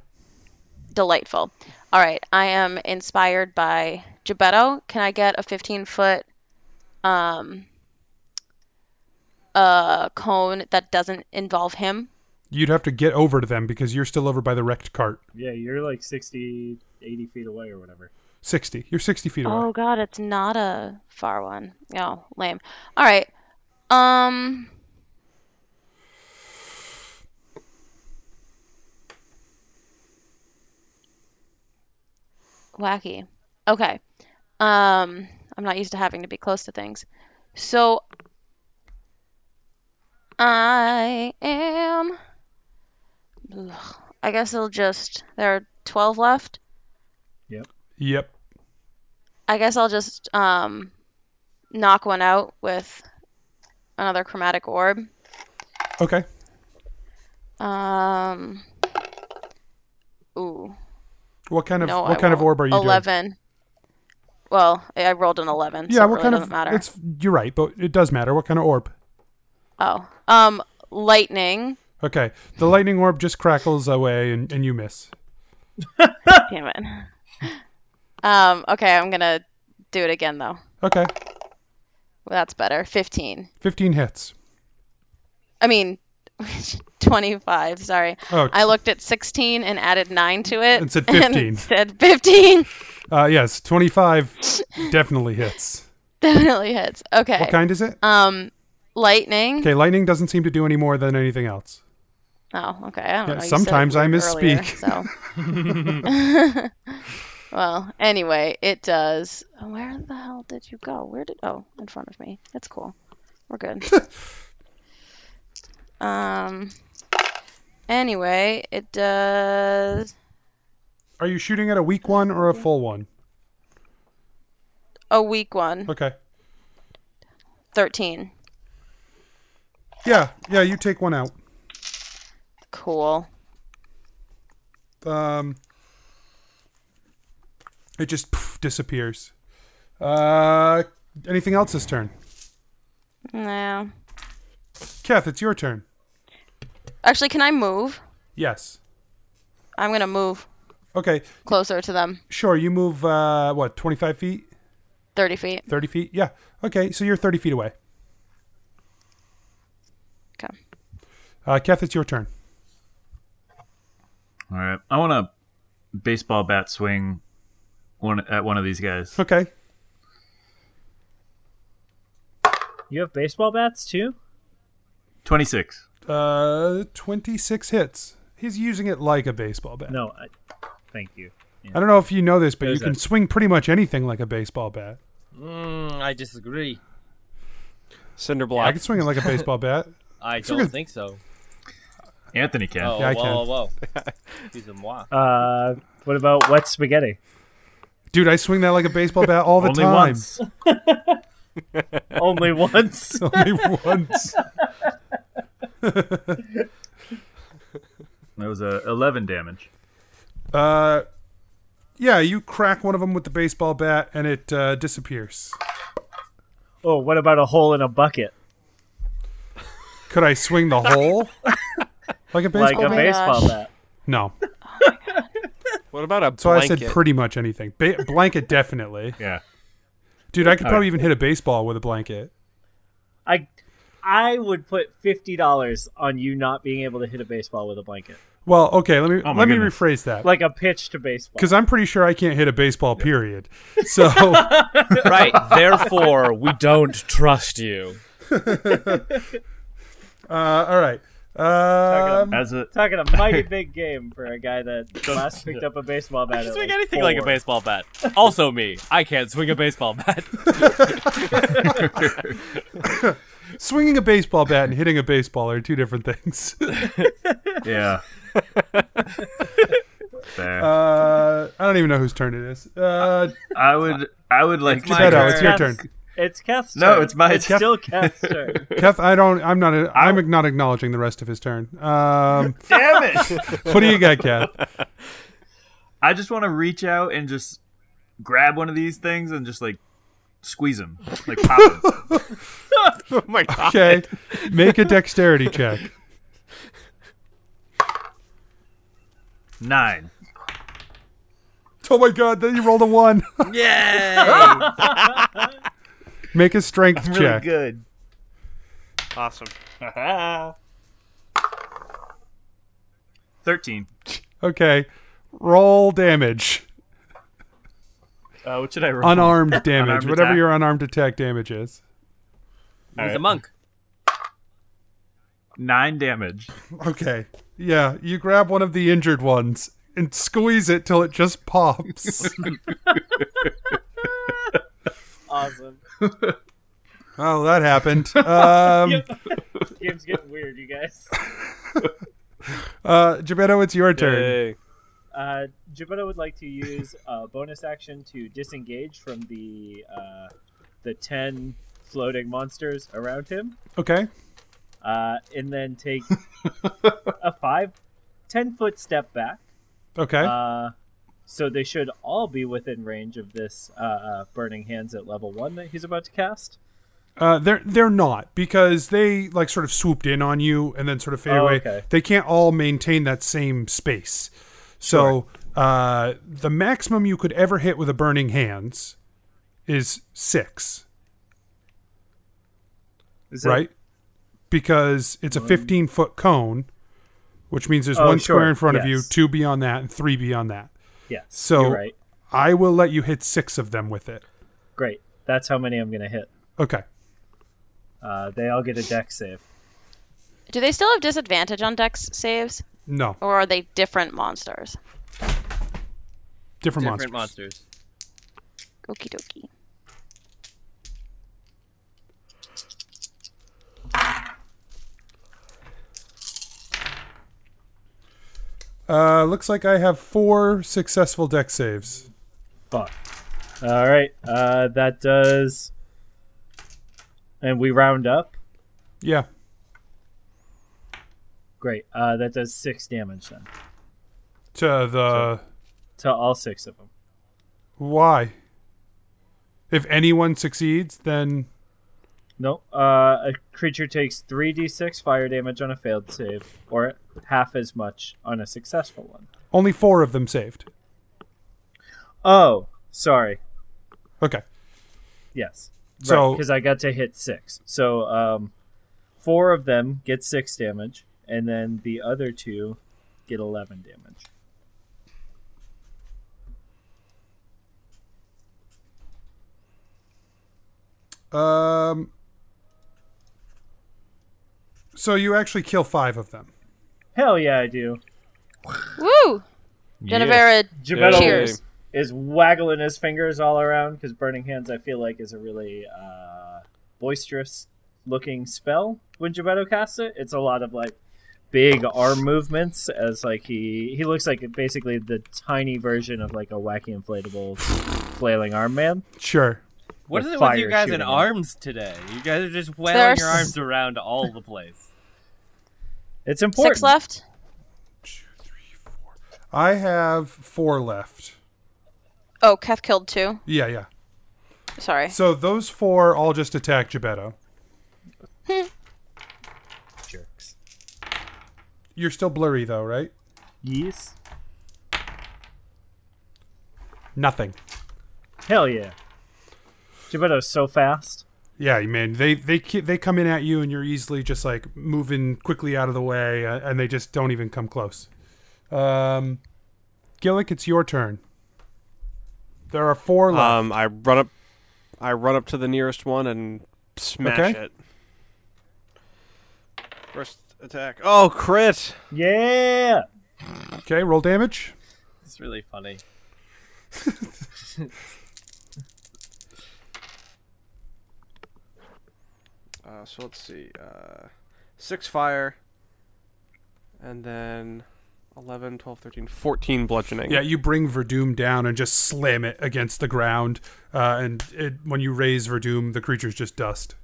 [SPEAKER 5] Delightful. All right, I am inspired by Gebetto. Can I get a 15 foot um, uh, cone that doesn't involve him?
[SPEAKER 3] You'd have to get over to them because you're still over by the wrecked cart.
[SPEAKER 8] Yeah, you're like 60, 80 feet away or whatever.
[SPEAKER 3] 60. You're 60 feet away.
[SPEAKER 5] Oh god, it's not a far one. Oh, lame. All right. Um Wacky. Okay. Um I'm not used to having to be close to things. So I am Ugh, I guess it'll just there are 12 left.
[SPEAKER 3] Yep.
[SPEAKER 5] I guess I'll just um, knock one out with another chromatic orb.
[SPEAKER 3] Okay.
[SPEAKER 5] Um, ooh.
[SPEAKER 3] What kind of
[SPEAKER 5] No,
[SPEAKER 3] what
[SPEAKER 5] I
[SPEAKER 3] kind of
[SPEAKER 5] won't.
[SPEAKER 3] orb are you
[SPEAKER 5] Eleven. Well, I I rolled an eleven.
[SPEAKER 3] doing? Yeah,
[SPEAKER 5] so it
[SPEAKER 3] what
[SPEAKER 5] really
[SPEAKER 3] kind
[SPEAKER 5] doesn't
[SPEAKER 3] of
[SPEAKER 5] matter?
[SPEAKER 3] It's you're right, but it does matter. What kind of orb?
[SPEAKER 5] Oh, um, lightning.
[SPEAKER 3] Okay. The lightning orb just crackles away and, and you miss.
[SPEAKER 5] Damn it. Um, okay, I'm gonna do it again though.
[SPEAKER 3] Okay.
[SPEAKER 5] Well, that's better. Fifteen.
[SPEAKER 3] 15 hits.
[SPEAKER 5] I mean, twenty-five. Sorry.
[SPEAKER 3] Oh.
[SPEAKER 5] I looked at sixteen and added nine to it.
[SPEAKER 3] And said 15.
[SPEAKER 5] said fifteen.
[SPEAKER 3] Uh yes, 25 definitely hits.
[SPEAKER 5] Definitely hits. Okay.
[SPEAKER 3] What kind is it?
[SPEAKER 5] Um, lightning.
[SPEAKER 3] Okay, lightning doesn't seem to do any more than anything else.
[SPEAKER 5] Oh, okay. I don't
[SPEAKER 3] Yeah,
[SPEAKER 5] know. You said
[SPEAKER 3] sometimes I
[SPEAKER 5] weird earlier,
[SPEAKER 3] misspeak.
[SPEAKER 5] so. well, anyway, it does. Where the hell did you go? Where did? Oh, in front of me. That's cool. We're good. um. Anyway, it does.
[SPEAKER 3] Are you shooting at a weak one or a full one?
[SPEAKER 5] A weak one.
[SPEAKER 3] Okay.
[SPEAKER 5] Thirteen.
[SPEAKER 3] Yeah, yeah, you take one out.
[SPEAKER 5] Cool.
[SPEAKER 3] Um, it just poof, disappears. Uh, anything else this turn?
[SPEAKER 5] No.
[SPEAKER 3] Kath, it's your turn.
[SPEAKER 5] Actually, can I move?
[SPEAKER 3] Yes.
[SPEAKER 5] I'm gonna move
[SPEAKER 3] Okay.
[SPEAKER 5] closer to them.
[SPEAKER 3] Sure. You move. Uh, what? Twenty-five feet?
[SPEAKER 5] Thirty feet.
[SPEAKER 3] Thirty feet? Yeah. Okay. So you're thirty feet away.
[SPEAKER 5] Okay.
[SPEAKER 3] Uh, Kath, it's your turn.
[SPEAKER 14] All right, I want to baseball bat swing one at one of these guys.
[SPEAKER 3] Okay.
[SPEAKER 8] You have baseball bats too?
[SPEAKER 14] 26.
[SPEAKER 3] Uh, 26 hits. He's using it like a baseball bat.
[SPEAKER 8] No, I, thank you.
[SPEAKER 3] I don't know if you know this, but you
[SPEAKER 8] There's
[SPEAKER 3] can
[SPEAKER 8] a-
[SPEAKER 3] swing pretty much anything like a baseball bat.
[SPEAKER 11] Mm, I disagree.
[SPEAKER 10] Cinderblock.
[SPEAKER 3] I can swing it like a baseball bat.
[SPEAKER 11] I
[SPEAKER 3] Swing
[SPEAKER 11] don't
[SPEAKER 3] it-
[SPEAKER 11] think so.
[SPEAKER 14] Anthony can.
[SPEAKER 11] Oh,
[SPEAKER 3] Yeah, I
[SPEAKER 11] whoa,
[SPEAKER 3] can.
[SPEAKER 11] whoa, whoa. Excuse moi.
[SPEAKER 8] Uh, what about wet spaghetti?
[SPEAKER 3] Dude, I swing that like a baseball bat all the
[SPEAKER 8] Only
[SPEAKER 3] time.
[SPEAKER 8] once. Only once.
[SPEAKER 3] Only once.
[SPEAKER 14] That was uh, 11 damage.
[SPEAKER 3] Uh, yeah, you crack one of them with the baseball bat, and it uh, disappears.
[SPEAKER 8] Oh, what about a hole in a bucket?
[SPEAKER 3] Could I swing the hole like a
[SPEAKER 8] Like
[SPEAKER 3] baseball
[SPEAKER 8] a
[SPEAKER 3] bat?
[SPEAKER 8] baseball bat.
[SPEAKER 3] No.
[SPEAKER 10] What about a
[SPEAKER 3] So I said
[SPEAKER 10] blanket?
[SPEAKER 3] pretty much anything. Ba- blanket definitely.
[SPEAKER 14] Yeah.
[SPEAKER 3] Dude, I could
[SPEAKER 8] All
[SPEAKER 3] probably
[SPEAKER 8] right.
[SPEAKER 3] even hit a baseball with a blanket.
[SPEAKER 8] I I would put fifty dollars on you not being able to hit a baseball with a blanket.
[SPEAKER 3] Well, okay, let me
[SPEAKER 8] Oh my
[SPEAKER 3] let
[SPEAKER 8] goodness.
[SPEAKER 3] me rephrase that.
[SPEAKER 8] Like a pitch to baseball.
[SPEAKER 3] because I'm pretty sure I can't hit a baseball. Period. So
[SPEAKER 12] right. Therefore, we don't trust you.
[SPEAKER 3] Uh, all right. Um,
[SPEAKER 14] As a
[SPEAKER 8] Talking a mighty big game for a guy that last picked up a baseball bat.
[SPEAKER 12] I can
[SPEAKER 8] at,
[SPEAKER 12] swing
[SPEAKER 8] like,
[SPEAKER 12] anything like a
[SPEAKER 8] four.
[SPEAKER 12] baseball bat. Also me. I can't swing a baseball bat.
[SPEAKER 3] swinging a baseball bat and hitting a baseball are two different things.
[SPEAKER 14] Yeah. Fair.
[SPEAKER 3] Uh, I don't even know whose turn it is. Uh,
[SPEAKER 14] I would I would like
[SPEAKER 3] It's Beto, it's your turn.
[SPEAKER 8] It's Keth's
[SPEAKER 14] No,
[SPEAKER 8] turn.
[SPEAKER 14] it's my
[SPEAKER 8] It's
[SPEAKER 14] turn.
[SPEAKER 8] still Keth's turn.
[SPEAKER 3] Keth, I don't. I'm not. i I'm not acknowledging the rest of his turn. Um,
[SPEAKER 14] Damn it!
[SPEAKER 3] What do you got, Keth?
[SPEAKER 14] I just want to reach out and just grab one of these things and just like squeeze them, like pop them.
[SPEAKER 15] oh my god.
[SPEAKER 3] Okay, make a dexterity check.
[SPEAKER 14] Nine.
[SPEAKER 3] Oh my god! Then you rolled a one.
[SPEAKER 15] Yay!
[SPEAKER 3] make a strength check.
[SPEAKER 14] good.
[SPEAKER 15] Awesome.
[SPEAKER 14] Thirteen.
[SPEAKER 3] Okay, roll damage.
[SPEAKER 14] Uh, what should I roll?
[SPEAKER 3] Unarmed damage.
[SPEAKER 14] Unarmed
[SPEAKER 3] whatever
[SPEAKER 14] attack?
[SPEAKER 3] your unarmed attack damage is.
[SPEAKER 14] All
[SPEAKER 12] He's a
[SPEAKER 14] right.
[SPEAKER 12] monk.
[SPEAKER 14] Nine damage.
[SPEAKER 3] Okay. Yeah, you grab one of the injured ones and squeeze it till it just pops.
[SPEAKER 8] Awesome.
[SPEAKER 3] oh, that happened. Um,
[SPEAKER 8] Game's getting weird, you guys.
[SPEAKER 3] uh, Gebetto, it's your turn.
[SPEAKER 8] Uh, Gibetto would like to use a bonus action to disengage from the uh, the ten floating monsters around him,
[SPEAKER 3] Okay.
[SPEAKER 8] uh, and then take a five, ten foot step back.
[SPEAKER 3] Okay.
[SPEAKER 8] Uh, so they should all be within range of this uh, uh, burning hands at level one that he's about to cast.
[SPEAKER 3] Uh, they're they're not because they like sort of swooped in on you and then sort of fade
[SPEAKER 8] Oh,
[SPEAKER 3] away.
[SPEAKER 8] okay.
[SPEAKER 3] They can't all maintain that same space. So uh, the maximum you could ever hit with a burning hands is six.
[SPEAKER 8] Is it-
[SPEAKER 3] right? Because it's a
[SPEAKER 8] One-
[SPEAKER 3] fifteen foot cone, which means there's
[SPEAKER 8] Oh,
[SPEAKER 3] one
[SPEAKER 8] sure.
[SPEAKER 3] square in front of you,
[SPEAKER 8] Yes.
[SPEAKER 3] two beyond that, and three beyond that.
[SPEAKER 8] Yes,
[SPEAKER 3] So
[SPEAKER 8] you're right.
[SPEAKER 3] I will let you hit six of them with it.
[SPEAKER 8] Great. That's how many I'm going to hit.
[SPEAKER 3] Okay.
[SPEAKER 8] Uh, they all get a deck save.
[SPEAKER 5] Do they still have disadvantage on dex saves?
[SPEAKER 3] No.
[SPEAKER 5] Or are they different monsters?
[SPEAKER 3] Different,
[SPEAKER 11] Different
[SPEAKER 3] monsters.
[SPEAKER 11] monsters.
[SPEAKER 5] Okie dokie.
[SPEAKER 3] Uh, looks like I have four successful deck saves.
[SPEAKER 8] Fuck. All right. Uh, that does. And we round up.
[SPEAKER 3] Yeah.
[SPEAKER 8] Great. Uh, that does six damage then
[SPEAKER 3] To the
[SPEAKER 8] to all six of them.
[SPEAKER 3] why? If anyone succeeds, then
[SPEAKER 8] No. Uh, a creature takes 3d6 fire damage on a failed save, or half as much on a successful one.
[SPEAKER 3] only four of them saved.
[SPEAKER 8] Oh, sorry.
[SPEAKER 3] Okay.
[SPEAKER 8] Yes.
[SPEAKER 3] So-
[SPEAKER 8] because I got to hit six, so um, four of them get six damage, and then the other two get eleven damage.
[SPEAKER 3] Um, So you actually kill five of them.
[SPEAKER 8] Hell yeah, I do.
[SPEAKER 5] Woo! Genevera,
[SPEAKER 8] Gebetto
[SPEAKER 5] cheers.
[SPEAKER 8] is- is waggling his fingers all around because Burning Hands, I feel like, is a really uh, boisterous looking spell when Gebetto casts it. It's a lot of like big arm movements as like he he looks like basically the tiny version of like a wacky inflatable flailing arm man.
[SPEAKER 3] Sure.
[SPEAKER 11] What
[SPEAKER 8] With
[SPEAKER 11] is it
[SPEAKER 8] fire
[SPEAKER 11] with you guys
[SPEAKER 8] shooting
[SPEAKER 11] in
[SPEAKER 8] out.
[SPEAKER 11] arms today? You guys are just wailing
[SPEAKER 5] There's-
[SPEAKER 11] your arms around all the place.
[SPEAKER 8] It's
[SPEAKER 5] Six left.
[SPEAKER 3] I have four left.
[SPEAKER 5] Oh, Keth killed two.
[SPEAKER 3] Yeah, yeah.
[SPEAKER 5] Sorry.
[SPEAKER 3] So those four all just attack Gebetto.
[SPEAKER 8] Jerks.
[SPEAKER 3] You're still blurry though, right?
[SPEAKER 8] Yes.
[SPEAKER 3] Nothing.
[SPEAKER 8] Hell yeah. Gebetto's so fast.
[SPEAKER 3] Yeah, man. They they ki- they come in at you, and you're easily just like moving quickly out of the way, uh, and they just don't even come close. Um, Gillick, it's your turn. There are four left.
[SPEAKER 10] Um, I run up, I run up to the nearest one and smash
[SPEAKER 3] Okay.
[SPEAKER 10] it. First attack. Oh, crit!
[SPEAKER 8] Yeah.
[SPEAKER 3] Okay, roll damage.
[SPEAKER 11] It's really funny.
[SPEAKER 10] Uh, so let's see. Uh, six fire, and then 11, 12, 13, 14 bludgeoning.
[SPEAKER 3] Yeah, you bring Verdum down and just slam it against the ground. Uh, and it, when you raise Verdum, the creature's just dust.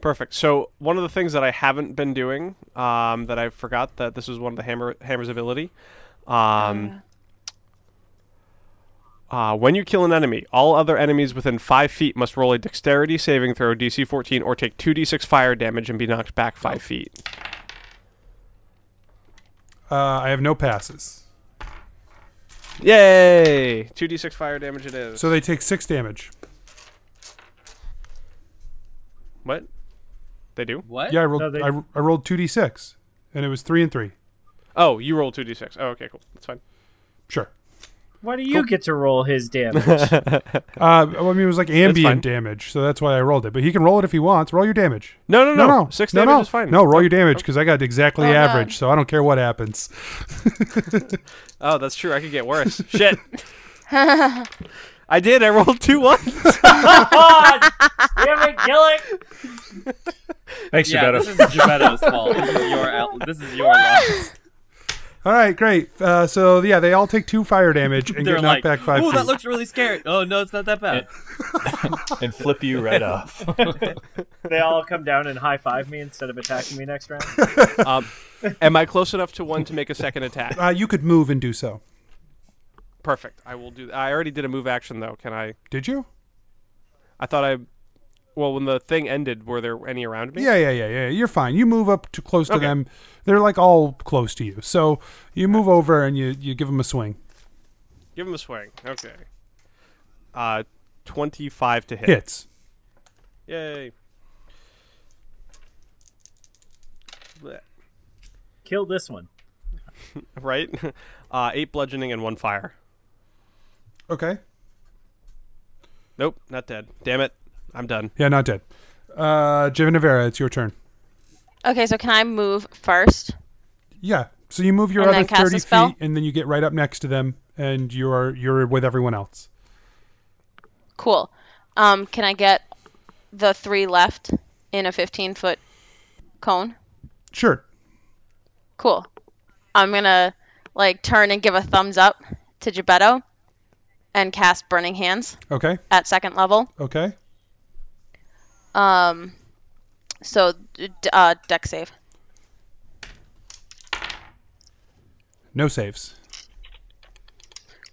[SPEAKER 10] Perfect. So one of the things that I haven't been doing, um, that I forgot that this is one of the hammer hammer's ability. Um, uh, when you kill an enemy, all other enemies within five feet must roll a dexterity saving throw DC 14 or take 2d6 fire damage and be knocked back five feet.
[SPEAKER 3] Uh, I have no passes,
[SPEAKER 10] Yay! 2d6 fire damage it is.
[SPEAKER 3] so they take six damage.
[SPEAKER 10] what? They do?
[SPEAKER 11] What?
[SPEAKER 3] Yeah, I rolled. I, I rolled two d six, and it was three and three.
[SPEAKER 10] Oh, you roll 2d6. Oh, okay, cool. That's fine.
[SPEAKER 3] Sure.
[SPEAKER 8] Why do you get to roll his damage?
[SPEAKER 3] Uh, I mean, it was like ambient damage, so that's why I rolled it. But he can roll it if he wants. Roll your damage.
[SPEAKER 10] No, no,
[SPEAKER 3] no,
[SPEAKER 10] no.
[SPEAKER 3] no.
[SPEAKER 10] Six
[SPEAKER 3] no,
[SPEAKER 10] damage
[SPEAKER 3] no.
[SPEAKER 10] is fine.
[SPEAKER 3] No, roll your damage because I got exactly
[SPEAKER 10] Oh, God.
[SPEAKER 3] average, so I don't care what happens.
[SPEAKER 10] Oh, that's true. I could get worse. Shit. I did. I rolled two ones.
[SPEAKER 8] Damn it, Gillick!
[SPEAKER 10] Thanks,
[SPEAKER 11] yeah,
[SPEAKER 10] Gebetto.
[SPEAKER 11] This is Gebetto's fault. This is your out- this is your loss.
[SPEAKER 3] All right, great. Uh, so yeah, they all take two fire damage and
[SPEAKER 11] They're
[SPEAKER 3] get knocked
[SPEAKER 11] like,
[SPEAKER 3] back five
[SPEAKER 11] Ooh,
[SPEAKER 3] feet.
[SPEAKER 11] that looks really scary. Oh no, it's not that bad.
[SPEAKER 9] and flip you right off.
[SPEAKER 8] they all come down and high five me instead of attacking me next round.
[SPEAKER 10] um, am I close enough to one to make a second attack?
[SPEAKER 3] uh, you could move and do so.
[SPEAKER 10] Perfect. I will do. I already did a move action though. Can I?
[SPEAKER 3] Did you?
[SPEAKER 10] I thought I. Well, when the thing ended, were there any around me?
[SPEAKER 3] Yeah, yeah, yeah, yeah. You're fine. You move up to close to
[SPEAKER 10] Okay.
[SPEAKER 3] them. They're like all close to you. So you move over and you you give them a swing.
[SPEAKER 10] Give him a swing. Okay. Uh, twenty-five to hit.
[SPEAKER 3] Hits.
[SPEAKER 10] Yay. Blech.
[SPEAKER 8] Kill this one.
[SPEAKER 10] Right. Uh, eight bludgeoning and one fire.
[SPEAKER 3] Okay.
[SPEAKER 10] Nope, not dead. Damn it. I'm done.
[SPEAKER 3] Yeah, not dead. Uh, Givinavera, it's your turn.
[SPEAKER 5] Okay, so can I move first?
[SPEAKER 3] Yeah. So you move your
[SPEAKER 5] And
[SPEAKER 3] other
[SPEAKER 5] then cast
[SPEAKER 3] thirty
[SPEAKER 5] a spell?
[SPEAKER 3] feet, and then you get right up next to them, and you're you're with everyone else.
[SPEAKER 5] Cool. Um, can I get the three left in a 15 foot cone?
[SPEAKER 3] Sure.
[SPEAKER 5] Cool. I'm gonna like turn and give a thumbs up to Gebetto and cast Burning Hands
[SPEAKER 3] Okay.
[SPEAKER 5] at second level.
[SPEAKER 3] Okay.
[SPEAKER 5] Um, so d- uh, deck save.
[SPEAKER 3] No saves.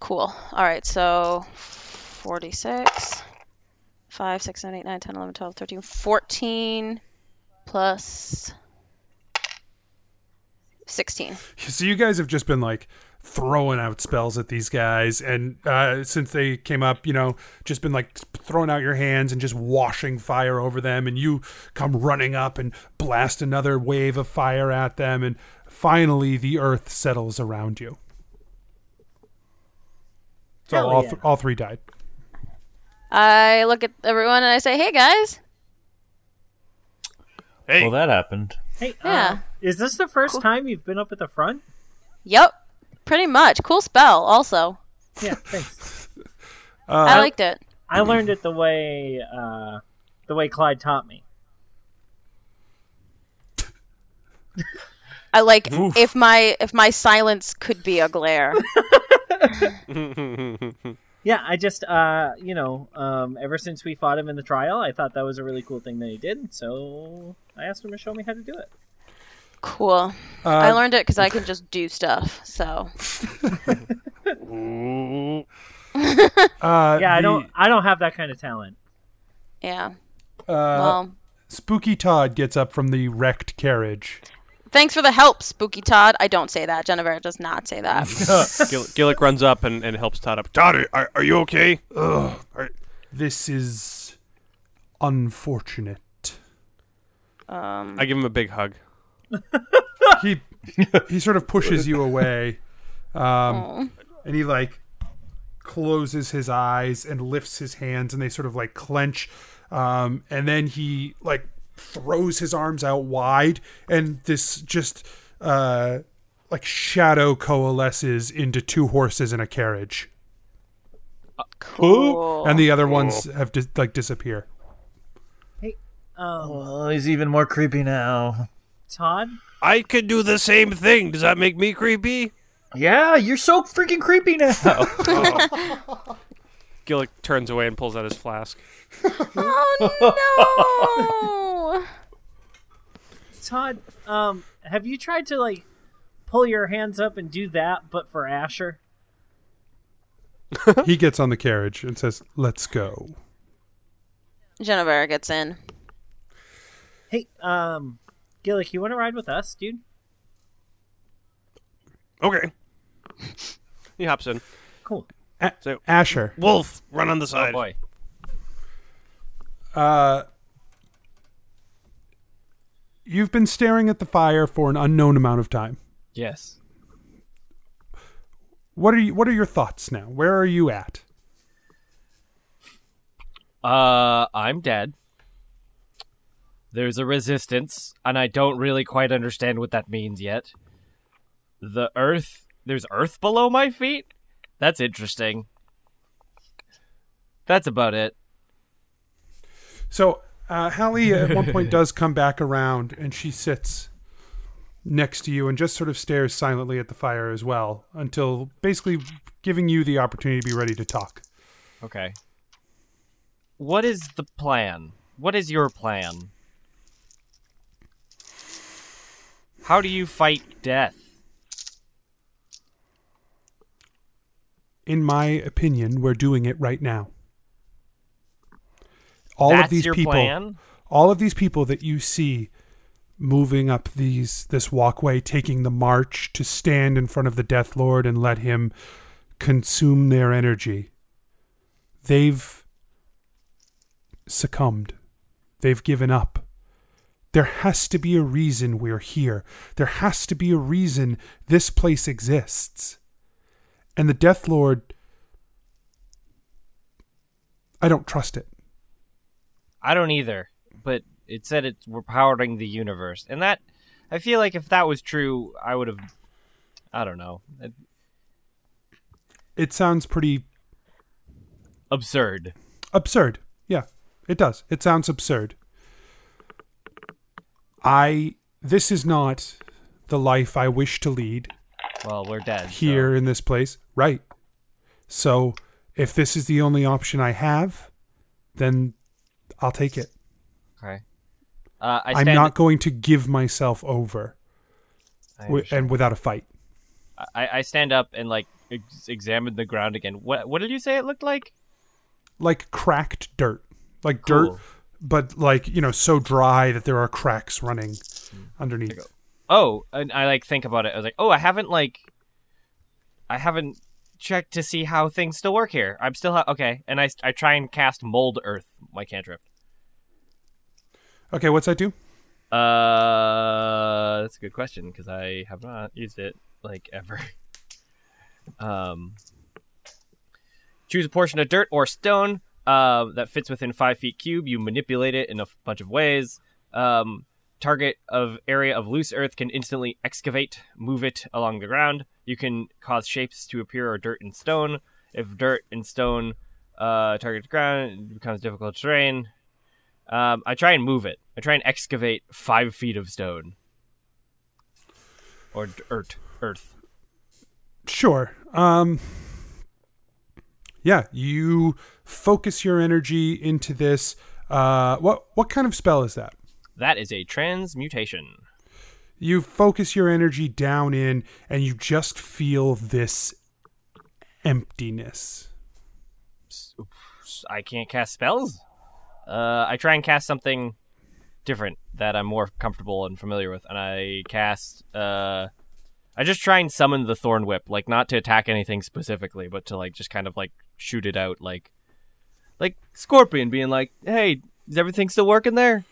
[SPEAKER 5] Cool. All right, so 46, 5, 6, 7, 8, 9, 10, 11, 12, 13, 14 plus 16.
[SPEAKER 3] So you guys have just been like throwing out spells at these guys, and uh, since they came up, you know, just been like throwing out your hands and just washing fire over them, and you come running up and blast another wave of fire at them, and finally the earth settles around you. So
[SPEAKER 5] Hell
[SPEAKER 3] all,
[SPEAKER 5] yeah.
[SPEAKER 3] th- all three died.
[SPEAKER 5] I look at everyone and I say, hey guys,
[SPEAKER 6] Hey.
[SPEAKER 9] Well, that happened.
[SPEAKER 8] Hey,
[SPEAKER 5] Yeah.
[SPEAKER 8] uh, is this the first time you've been up at the front?
[SPEAKER 5] Yep. Pretty much. Cool spell, also.
[SPEAKER 8] Yeah, thanks. Uh,
[SPEAKER 5] I liked it.
[SPEAKER 8] I learned it the way uh, the way Clyde taught me.
[SPEAKER 5] I like
[SPEAKER 8] Oof.
[SPEAKER 5] if my if my silence could be a glare.
[SPEAKER 8] Yeah, I just uh, you know, um, ever since we fought him in the trial, I thought that was a really cool thing that he did. So I asked him to show me how to do it.
[SPEAKER 5] cool.
[SPEAKER 8] Uh,
[SPEAKER 5] I learned it because I can just do stuff. So.
[SPEAKER 8] yeah, I
[SPEAKER 3] the-
[SPEAKER 8] don't I don't have that kind of talent.
[SPEAKER 5] Yeah.
[SPEAKER 3] Uh,
[SPEAKER 5] well,
[SPEAKER 3] Spooky Todd gets up from the wrecked carriage.
[SPEAKER 5] thanks for the help, Spooky Todd. I don't say that. Jennifer does not say that.
[SPEAKER 10] Gil- Gillick runs up and, and helps Todd up. Todd, are, are you okay?
[SPEAKER 3] Ugh. This is unfortunate.
[SPEAKER 5] Um,
[SPEAKER 10] I give him a big hug.
[SPEAKER 3] he he sort of pushes you away, um, and he like closes his eyes and lifts his hands, and they sort of like clench, um, and then he like throws his arms out wide, and this just uh, like shadow coalesces into two horses in a carriage.
[SPEAKER 5] Cool.
[SPEAKER 3] And the other ones have dis- like disappear.
[SPEAKER 8] Um,
[SPEAKER 9] Well, he's even more creepy now.
[SPEAKER 8] Todd,
[SPEAKER 15] I could do the same thing. Does that make me creepy?
[SPEAKER 9] Yeah, you're so freaking creepy now.
[SPEAKER 10] Gillick turns away and pulls out his flask.
[SPEAKER 5] oh
[SPEAKER 8] Todd, um, have you tried to like pull your hands up and do that, but for Asher?
[SPEAKER 3] he gets on the carriage and says, "Let's go."
[SPEAKER 5] Jennifer gets in.
[SPEAKER 8] Hey, um, Gillick, you want to ride with us, dude?
[SPEAKER 15] Okay.
[SPEAKER 10] He hops in.
[SPEAKER 8] Cool.
[SPEAKER 10] So
[SPEAKER 3] Asher.
[SPEAKER 15] Wolf, run on the side. boy.
[SPEAKER 3] Uh, you've been staring at the fire for an unknown amount of time.
[SPEAKER 11] Yes.
[SPEAKER 3] What are you? What are your thoughts now? Where are you at?
[SPEAKER 11] Uh, I'm dead. There's a resistance, and I don't really quite understand what that means yet. The earth, there's earth below my feet? That's interesting. That's about it.
[SPEAKER 3] So uh, Hallie at one point does come back around, and she sits next to you and just sort of stares silently at the fire as well, until basically giving you the opportunity to be ready to talk.
[SPEAKER 11] Okay. What is the plan? What is your plan? How do you fight death?
[SPEAKER 3] In my opinion, we're doing it right now. All
[SPEAKER 11] That's
[SPEAKER 3] of these
[SPEAKER 11] your
[SPEAKER 3] people,
[SPEAKER 11] plan?
[SPEAKER 3] all of these people that you see moving up these this walkway, taking the march to stand in front of the Death Lord and let him consume their energy. They've succumbed. They've given up. There has to be a reason we're here. There has to be a reason this place exists. And the Death Lord, I don't trust it.
[SPEAKER 11] I don't either, but it said it's we're powering the universe, and that I feel like if that was true, I would have. I don't know.
[SPEAKER 3] It sounds pretty
[SPEAKER 11] Absurd.
[SPEAKER 3] absurd. Yeah, it does. It sounds absurd. I this is not the life I wish to lead
[SPEAKER 11] Well, we're dead.
[SPEAKER 3] here in this place, right? So, if this is the only option I have, then I'll take it.
[SPEAKER 11] Okay. Uh, I
[SPEAKER 3] I'm
[SPEAKER 11] stand.
[SPEAKER 3] not going to give myself over
[SPEAKER 11] I
[SPEAKER 3] wi- and without a fight.
[SPEAKER 11] I, I stand up and like ex- examine the ground again. What What did you say it looked like?
[SPEAKER 3] like cracked dirt, like dirt,
[SPEAKER 11] Cool.
[SPEAKER 3] but like you know, so dry that there are cracks running
[SPEAKER 11] Hmm.
[SPEAKER 3] underneath.
[SPEAKER 11] Oh, and I like think about it. I was like, oh, I haven't like, I haven't checked to see how things still work here. I'm still ha- okay, and I I try and cast mold earth my cantrip.
[SPEAKER 3] Okay, what's that do?
[SPEAKER 11] Uh, that's a good question because I have not used it like ever. um, choose a portion of dirt or stone uh, that fits within five feet cube. You manipulate it in a f- bunch of ways. Um, target of area of loose earth can instantly excavate, move it along the ground. You can cause shapes to appear or dirt and stone. If dirt and stone uh, target the ground, it becomes difficult terrain. Um, I try and move it. I try and excavate five feet of stone or dirt, earth.
[SPEAKER 3] Sure. Um, yeah, you focus your energy into this. Uh, what what kind of spell is that?
[SPEAKER 11] That is a transmutation.
[SPEAKER 3] You focus your energy down in, and you just feel this emptiness.
[SPEAKER 11] I can't cast spells. Uh, I try and cast something different that I'm more comfortable and familiar with, and I cast. Uh, I just try and summon the Thorn Whip, like not to attack anything specifically, but to like just kind of like shoot it out, like like Scorpion being like, "Hey, is everything still working there?"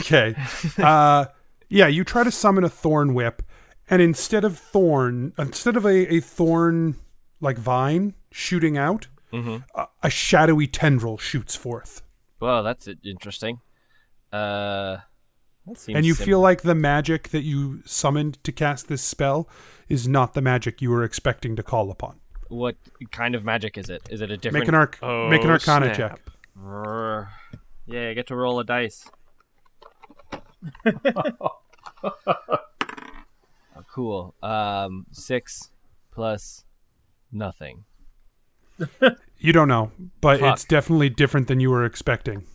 [SPEAKER 3] Okay. uh, yeah, you try to summon a thorn whip, and instead of thorn, instead of a, a thorn like vine shooting out,
[SPEAKER 11] Mhm.
[SPEAKER 3] a, a shadowy tendril shoots forth,
[SPEAKER 11] Well, that's i- interesting. Uh, that seems
[SPEAKER 3] and you
[SPEAKER 11] sim-
[SPEAKER 3] feel like the magic that you summoned to cast this spell is not the magic you were expecting to call upon.
[SPEAKER 11] what kind of magic is it? Is it a different?
[SPEAKER 3] an arc- make an Oh, arcana snap. check.
[SPEAKER 11] Brrr. Yeah, I get to roll a dice. Oh, cool. Um, six plus nothing.
[SPEAKER 3] You don't know, but
[SPEAKER 11] Fuck.
[SPEAKER 3] it's definitely different than you were expecting.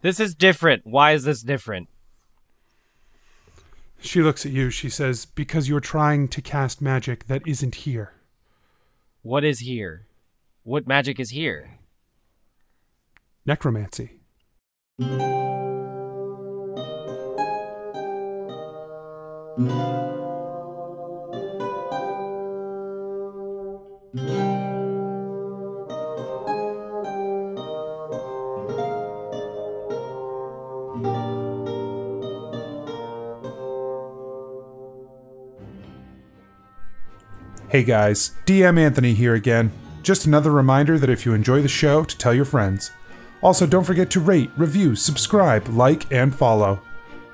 [SPEAKER 11] This is different. Why is this different?
[SPEAKER 3] She looks at you. She says, "Because you're trying to cast magic that isn't here."
[SPEAKER 11] What is here? What magic is here?
[SPEAKER 3] Necromancy. Hey guys, DM Anthony here again. Just another reminder that if you enjoy the show, to tell your friends. Also, don't forget to rate, review, subscribe, like, and follow.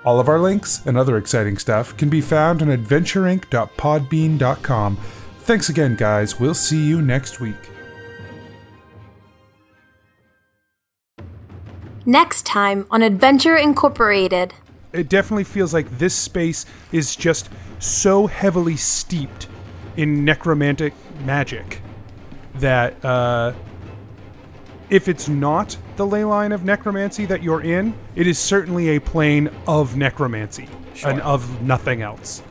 [SPEAKER 3] All of our links and other exciting stuff can be found on adventureinc.podbean.com. Thanks again, guys. We'll see you next week.
[SPEAKER 2] Next time on Adventure Incorporated.
[SPEAKER 3] it definitely feels like this space is just so heavily steeped in necromantic magic that uh, if it's not the ley line of necromancy that you're in, it is certainly a plane of necromancy and of nothing else.